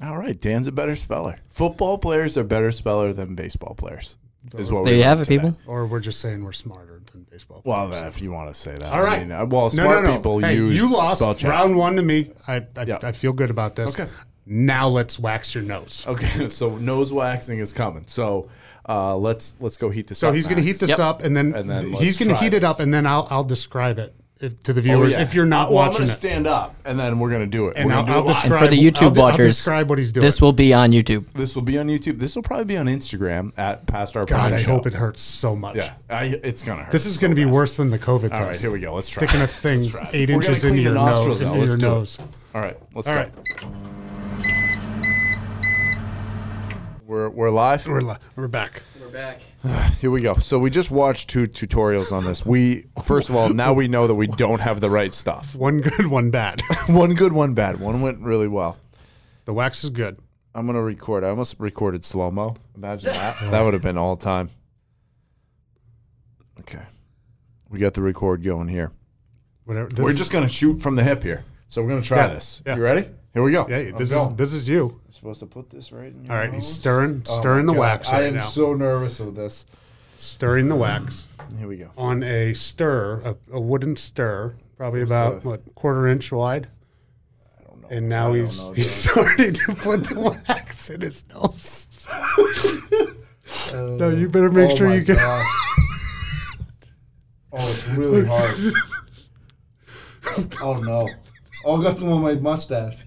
[SPEAKER 5] All right, Dan's a better speller. Football players are better speller than baseball players. is what
[SPEAKER 6] There
[SPEAKER 5] we
[SPEAKER 6] you
[SPEAKER 5] learned
[SPEAKER 6] have it,
[SPEAKER 5] today.
[SPEAKER 6] people.
[SPEAKER 4] or we're just saying we're smarter than baseball.
[SPEAKER 5] Well, then, if you want to say that,
[SPEAKER 4] All right.
[SPEAKER 5] I mean, uh, well,
[SPEAKER 4] No,
[SPEAKER 5] smart
[SPEAKER 4] no, no.
[SPEAKER 5] people
[SPEAKER 4] Hey,
[SPEAKER 5] use
[SPEAKER 4] you lost
[SPEAKER 5] spell check.
[SPEAKER 4] round one to me. I I,
[SPEAKER 5] Yeah.
[SPEAKER 4] I feel good about this.
[SPEAKER 5] Okay.
[SPEAKER 4] Now let's wax your nose.
[SPEAKER 5] Okay, so nose waxing is coming. So uh, let's let's go heat this.
[SPEAKER 4] So
[SPEAKER 5] up
[SPEAKER 4] he's going to
[SPEAKER 5] Max.
[SPEAKER 4] heat this
[SPEAKER 6] Yep.
[SPEAKER 4] up, and then,
[SPEAKER 5] And then
[SPEAKER 4] th-
[SPEAKER 5] let's
[SPEAKER 4] he's going to
[SPEAKER 5] try
[SPEAKER 4] heat it
[SPEAKER 5] this.
[SPEAKER 4] up, and then I'll I'll describe it if, to the
[SPEAKER 5] Oh,
[SPEAKER 4] viewers
[SPEAKER 5] yeah.
[SPEAKER 4] if you're not
[SPEAKER 5] Well, I'm
[SPEAKER 4] watching
[SPEAKER 5] gonna
[SPEAKER 4] it.
[SPEAKER 5] stand up, and then we're gonna do it.
[SPEAKER 4] And
[SPEAKER 5] We're
[SPEAKER 4] I'll,
[SPEAKER 5] gonna do
[SPEAKER 4] I'll
[SPEAKER 5] it live.
[SPEAKER 6] And
[SPEAKER 4] describe
[SPEAKER 6] for the
[SPEAKER 4] I'll
[SPEAKER 6] YouTube
[SPEAKER 4] de- I'll
[SPEAKER 6] watchers,
[SPEAKER 4] describe what he's doing.
[SPEAKER 6] This will be on YouTube.
[SPEAKER 5] This will be on YouTube. This will probably be on Instagram at past our
[SPEAKER 4] God,
[SPEAKER 5] Prime
[SPEAKER 4] I
[SPEAKER 5] Show.
[SPEAKER 4] hope it hurts so much.
[SPEAKER 5] Yeah, I, it's gonna hurt.
[SPEAKER 4] This is
[SPEAKER 5] so
[SPEAKER 4] going to be
[SPEAKER 5] bad.
[SPEAKER 4] worse than the COVID test.
[SPEAKER 5] All right, here we go. Let's try.
[SPEAKER 4] Sticking a
[SPEAKER 5] Let's
[SPEAKER 4] thing
[SPEAKER 5] try.
[SPEAKER 4] 8
[SPEAKER 5] We're gonna
[SPEAKER 4] inches
[SPEAKER 5] clean
[SPEAKER 4] into your
[SPEAKER 5] the nostrils
[SPEAKER 4] nose.
[SPEAKER 5] out.
[SPEAKER 4] Into
[SPEAKER 5] Let's
[SPEAKER 4] your
[SPEAKER 5] do it.
[SPEAKER 4] nose.
[SPEAKER 5] All right, let's
[SPEAKER 4] All
[SPEAKER 5] go.
[SPEAKER 4] right.
[SPEAKER 5] We're we're live.
[SPEAKER 4] We're, li- we're back.
[SPEAKER 5] Here we go. So we just watched two tutorials on this. We first of all now we know that we don't have the right stuff.
[SPEAKER 4] One good, one bad.
[SPEAKER 5] One good, one bad. One went really well.
[SPEAKER 4] the wax is good.
[SPEAKER 5] I'm gonna record. I almost recorded slow mo. Imagine that. that would have been all time. Okay, we got the record going here.
[SPEAKER 4] Whatever. This
[SPEAKER 5] We're
[SPEAKER 4] is-
[SPEAKER 5] just gonna shoot from the hip here. So we're gonna try
[SPEAKER 4] Yeah,
[SPEAKER 5] this.
[SPEAKER 4] yeah.
[SPEAKER 5] You ready? Here we go.
[SPEAKER 4] yeah.
[SPEAKER 5] I'm
[SPEAKER 4] This is
[SPEAKER 5] going.
[SPEAKER 4] this is you.
[SPEAKER 5] I'm supposed to put this right. In your
[SPEAKER 4] All right. He's
[SPEAKER 5] nose?
[SPEAKER 4] stirring
[SPEAKER 5] Oh my
[SPEAKER 4] stirring the
[SPEAKER 5] God,
[SPEAKER 4] wax
[SPEAKER 5] I
[SPEAKER 4] right
[SPEAKER 5] am
[SPEAKER 4] now.
[SPEAKER 5] so nervous of this.
[SPEAKER 4] stirring the wax
[SPEAKER 5] Here we go.
[SPEAKER 4] on a stir, a, a wooden stir, probably about what quarter inch wide. And now he's
[SPEAKER 5] know,
[SPEAKER 4] he's starting to put the wax in his nose. no, you better make
[SPEAKER 5] Oh
[SPEAKER 4] sure
[SPEAKER 5] my
[SPEAKER 4] you get.
[SPEAKER 5] God. oh, it's really hard. oh no! Oh, I got the one with my mustache.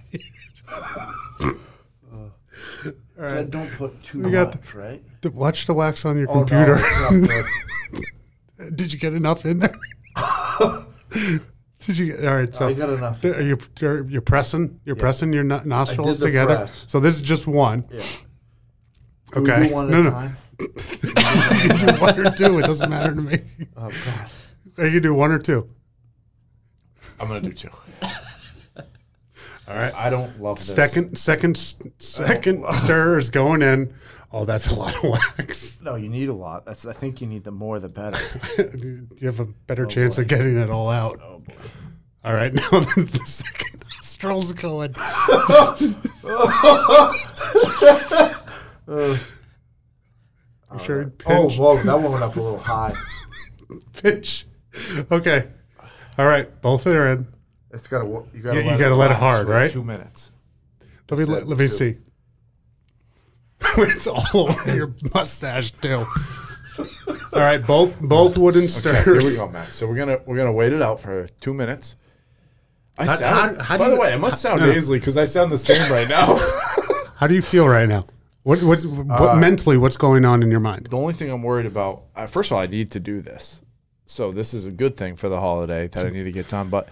[SPEAKER 5] Said don't put too
[SPEAKER 4] got
[SPEAKER 5] right?
[SPEAKER 4] to Watch the wax on your
[SPEAKER 5] Oh, no,
[SPEAKER 4] computer.
[SPEAKER 5] it's not good.
[SPEAKER 4] Did you get enough in there? Did you? get- All right. So
[SPEAKER 5] I got enough.
[SPEAKER 4] Th- Are you you're, you're pressing you're pressing your no- nostrils
[SPEAKER 5] the
[SPEAKER 4] together.
[SPEAKER 5] press.
[SPEAKER 4] So this is just one.
[SPEAKER 5] we
[SPEAKER 4] Okay.
[SPEAKER 5] do one at
[SPEAKER 4] no,
[SPEAKER 5] a
[SPEAKER 4] no.
[SPEAKER 5] time?
[SPEAKER 4] you can do one or two. It doesn't matter to me.
[SPEAKER 5] Oh god!
[SPEAKER 4] You can do one or two.
[SPEAKER 5] I'm gonna do two. All right. Oh. I don't love this.
[SPEAKER 4] Second, second, s- second stir is going in. Oh, that's a lot of wax.
[SPEAKER 5] No, you need a lot. That's. I think you need the more the better.
[SPEAKER 4] you have a
[SPEAKER 5] Oh,
[SPEAKER 4] better chance of getting it all out. Oh boy! All right, now the second nostril's going. I'm sure he'd pinch,
[SPEAKER 5] Oh, whoa! That one went up a little high.
[SPEAKER 4] pinch. Okay. All right, both are in.
[SPEAKER 5] It's gotta. wo- You gotta.
[SPEAKER 4] Yeah, you gotta let it
[SPEAKER 5] relax
[SPEAKER 4] hard,
[SPEAKER 5] for
[SPEAKER 4] right?
[SPEAKER 5] Two minutes.
[SPEAKER 4] Let me let,
[SPEAKER 5] Set
[SPEAKER 4] let me
[SPEAKER 5] two.
[SPEAKER 4] see. it's all over your mustache too. All right, both both wooden stirs.
[SPEAKER 5] Okay, here we go, Matt. So we're gonna we're gonna wait it out for two minutes. I
[SPEAKER 4] How-
[SPEAKER 5] sound,
[SPEAKER 4] how- how
[SPEAKER 5] by
[SPEAKER 4] do
[SPEAKER 5] the
[SPEAKER 4] you-
[SPEAKER 5] way, I must sound
[SPEAKER 4] no.
[SPEAKER 5] nasally because I sound the same right now.
[SPEAKER 4] How do you feel right now? What what's what mentally? What's going on in your mind?
[SPEAKER 5] the only thing I'm worried about, uh, first of all, I need to do this. So this is a good thing for the holiday that I need to get done. But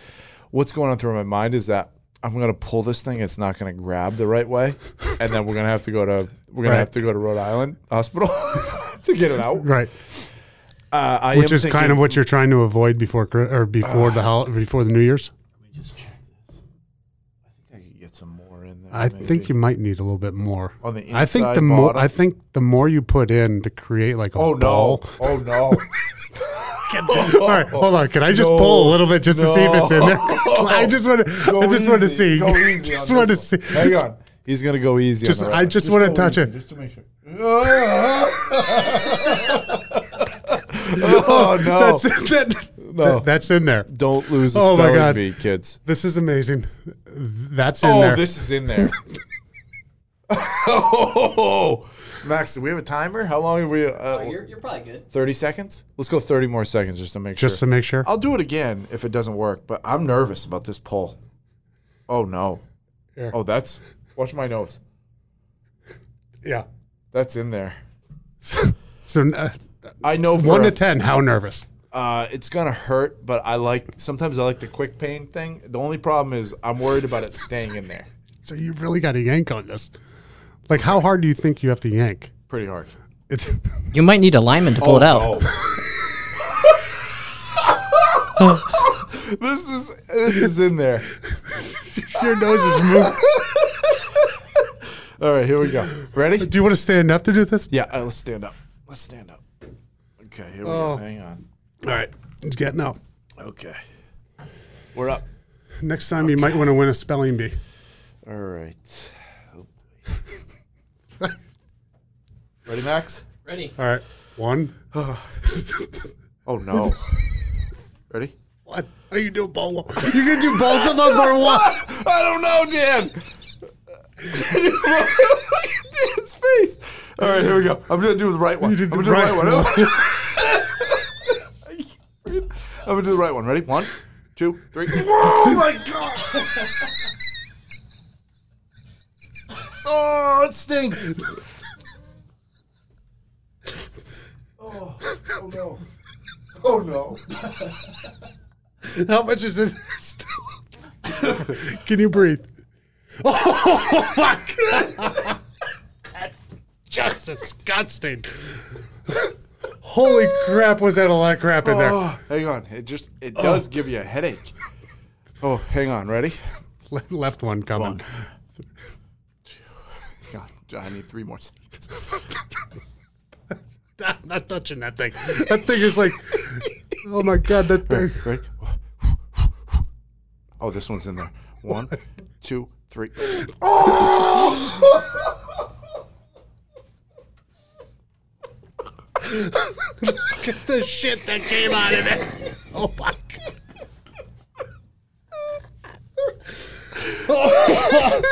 [SPEAKER 5] what's going on through my mind is that I'm gonna pull this thing. It's not gonna grab the right way, and then we're gonna have to go to we're gonna
[SPEAKER 4] Right.
[SPEAKER 5] have to go to Rhode Island Hospital to get it out.
[SPEAKER 4] Right,
[SPEAKER 5] Uh, I
[SPEAKER 4] which
[SPEAKER 5] am
[SPEAKER 4] is kind
[SPEAKER 5] thinking-
[SPEAKER 4] of what you're trying to avoid before Chri- or before the hol- before the New Year's.
[SPEAKER 5] I could get some more in there.
[SPEAKER 4] I
[SPEAKER 5] maybe.
[SPEAKER 4] think you might need a little bit more.
[SPEAKER 5] On the
[SPEAKER 4] I think
[SPEAKER 5] inside
[SPEAKER 4] the more
[SPEAKER 5] bottom?
[SPEAKER 4] I think the more you put in to create like a
[SPEAKER 5] Oh no!
[SPEAKER 4] ball.
[SPEAKER 5] Oh no!
[SPEAKER 4] All right, hold on. Can I just pull a
[SPEAKER 5] No.
[SPEAKER 4] little bit just to see if it's in there?
[SPEAKER 5] No.
[SPEAKER 4] I just want to. I
[SPEAKER 5] Go
[SPEAKER 4] just want to
[SPEAKER 5] easy.
[SPEAKER 4] see.
[SPEAKER 5] Go easy
[SPEAKER 4] just
[SPEAKER 5] on
[SPEAKER 4] want to
[SPEAKER 5] this
[SPEAKER 4] see.
[SPEAKER 5] one. Hang on. He's gonna go easy. on
[SPEAKER 4] Just-
[SPEAKER 5] the
[SPEAKER 4] I
[SPEAKER 5] one.
[SPEAKER 4] just wanna
[SPEAKER 5] go
[SPEAKER 4] touch
[SPEAKER 5] easy,
[SPEAKER 4] it.
[SPEAKER 5] Just to make sure. oh no!
[SPEAKER 4] That's that,
[SPEAKER 5] No.
[SPEAKER 4] that- that's in there.
[SPEAKER 5] Don't lose the
[SPEAKER 4] Oh, my
[SPEAKER 5] spelling
[SPEAKER 4] God.
[SPEAKER 5] bee, kids.
[SPEAKER 4] This is amazing. That's in
[SPEAKER 5] Oh,
[SPEAKER 4] there.
[SPEAKER 5] this is in there. oh, Max, do we have a timer? How long have we? Uh,
[SPEAKER 6] you're probably good.
[SPEAKER 5] Thirty seconds. Let's go thirty more seconds just to make sure.
[SPEAKER 4] just to make sure.
[SPEAKER 5] I'll do it again if it doesn't work, but I'm nervous about this poll. Oh no.
[SPEAKER 4] Here.
[SPEAKER 5] Oh, that's watch my nose.
[SPEAKER 4] yeah.
[SPEAKER 5] That's in there.
[SPEAKER 4] So uh,
[SPEAKER 5] I know for
[SPEAKER 4] one
[SPEAKER 5] a-
[SPEAKER 4] to ten, how nervous?
[SPEAKER 5] uh, it's gonna hurt, but I like sometimes I like the quick pain thing. The only problem is I'm worried about it staying in there.
[SPEAKER 4] So you really got to yank on this. Like, how hard do you think you have to yank?
[SPEAKER 5] Pretty hard.
[SPEAKER 4] It's
[SPEAKER 6] You might need a lineman to pull
[SPEAKER 4] Oh,
[SPEAKER 6] it out.
[SPEAKER 5] no. Oh. this is this is in there.
[SPEAKER 4] your nose is moving.
[SPEAKER 5] All right, here we go. Ready?
[SPEAKER 4] Do you want to stand up to do this?
[SPEAKER 5] Yeah, all right, let's stand up. Let's stand up. Okay, here we go. Hang on.
[SPEAKER 4] All right, it's getting up.
[SPEAKER 5] Okay. We're up.
[SPEAKER 4] Next time you might want to win a spelling bee.
[SPEAKER 5] All right. Oh, Ready, Max?
[SPEAKER 6] Ready.
[SPEAKER 4] All right, One.
[SPEAKER 5] Oh no. Ready?
[SPEAKER 4] What? Are you doing both? You can do both of them or one?
[SPEAKER 5] I don't know, Dan. Dan's face. All right, here we go. I'm gonna do the right one.
[SPEAKER 4] You did
[SPEAKER 5] I'm
[SPEAKER 4] the
[SPEAKER 5] gonna
[SPEAKER 4] right
[SPEAKER 5] do the right one. I'm gonna do the right one. Ready? One, two, three. Oh my god! Oh, it stinks. Oh, oh no. Oh no.
[SPEAKER 4] How much is it? Can you breathe? Oh my god! That's just disgusting. Holy crap! Was that a lot of crap in there?
[SPEAKER 5] Oh, hang on. It just it does give you a headache. Oh, hang on. Ready?
[SPEAKER 4] Le- Left one coming.
[SPEAKER 5] God, I need three more seconds.
[SPEAKER 4] I'm not touching that thing. That thing is like, oh my god! That thing.
[SPEAKER 5] Ready? Oh, this one's in there. One, two, three.
[SPEAKER 4] the shit that came out of it. Oh my god.
[SPEAKER 5] All right.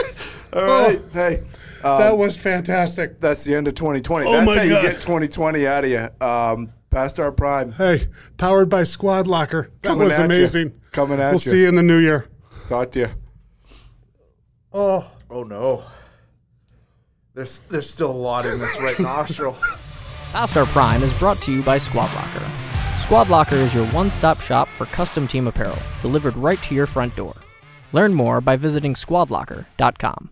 [SPEAKER 5] Oh, Hey,
[SPEAKER 4] that was fantastic.
[SPEAKER 5] that's the end of 2020.
[SPEAKER 4] Oh
[SPEAKER 5] that's
[SPEAKER 4] my
[SPEAKER 5] how
[SPEAKER 4] God.
[SPEAKER 5] you get 2020 out of you. Um, past our prime.
[SPEAKER 4] Hey, powered by Squad Locker. That
[SPEAKER 5] Coming
[SPEAKER 4] was
[SPEAKER 5] at ya.
[SPEAKER 4] amazing.
[SPEAKER 5] Coming at
[SPEAKER 4] We'll
[SPEAKER 5] ya.
[SPEAKER 4] see you in the new year.
[SPEAKER 5] Talk to you. Oh. Oh no. There's there's still a lot in this right nostril.
[SPEAKER 6] Star Prime is brought to you by Squad Locker. Squad Locker is your one stop shop for custom team apparel, delivered right to your front door. Learn more by visiting squadlocker.com.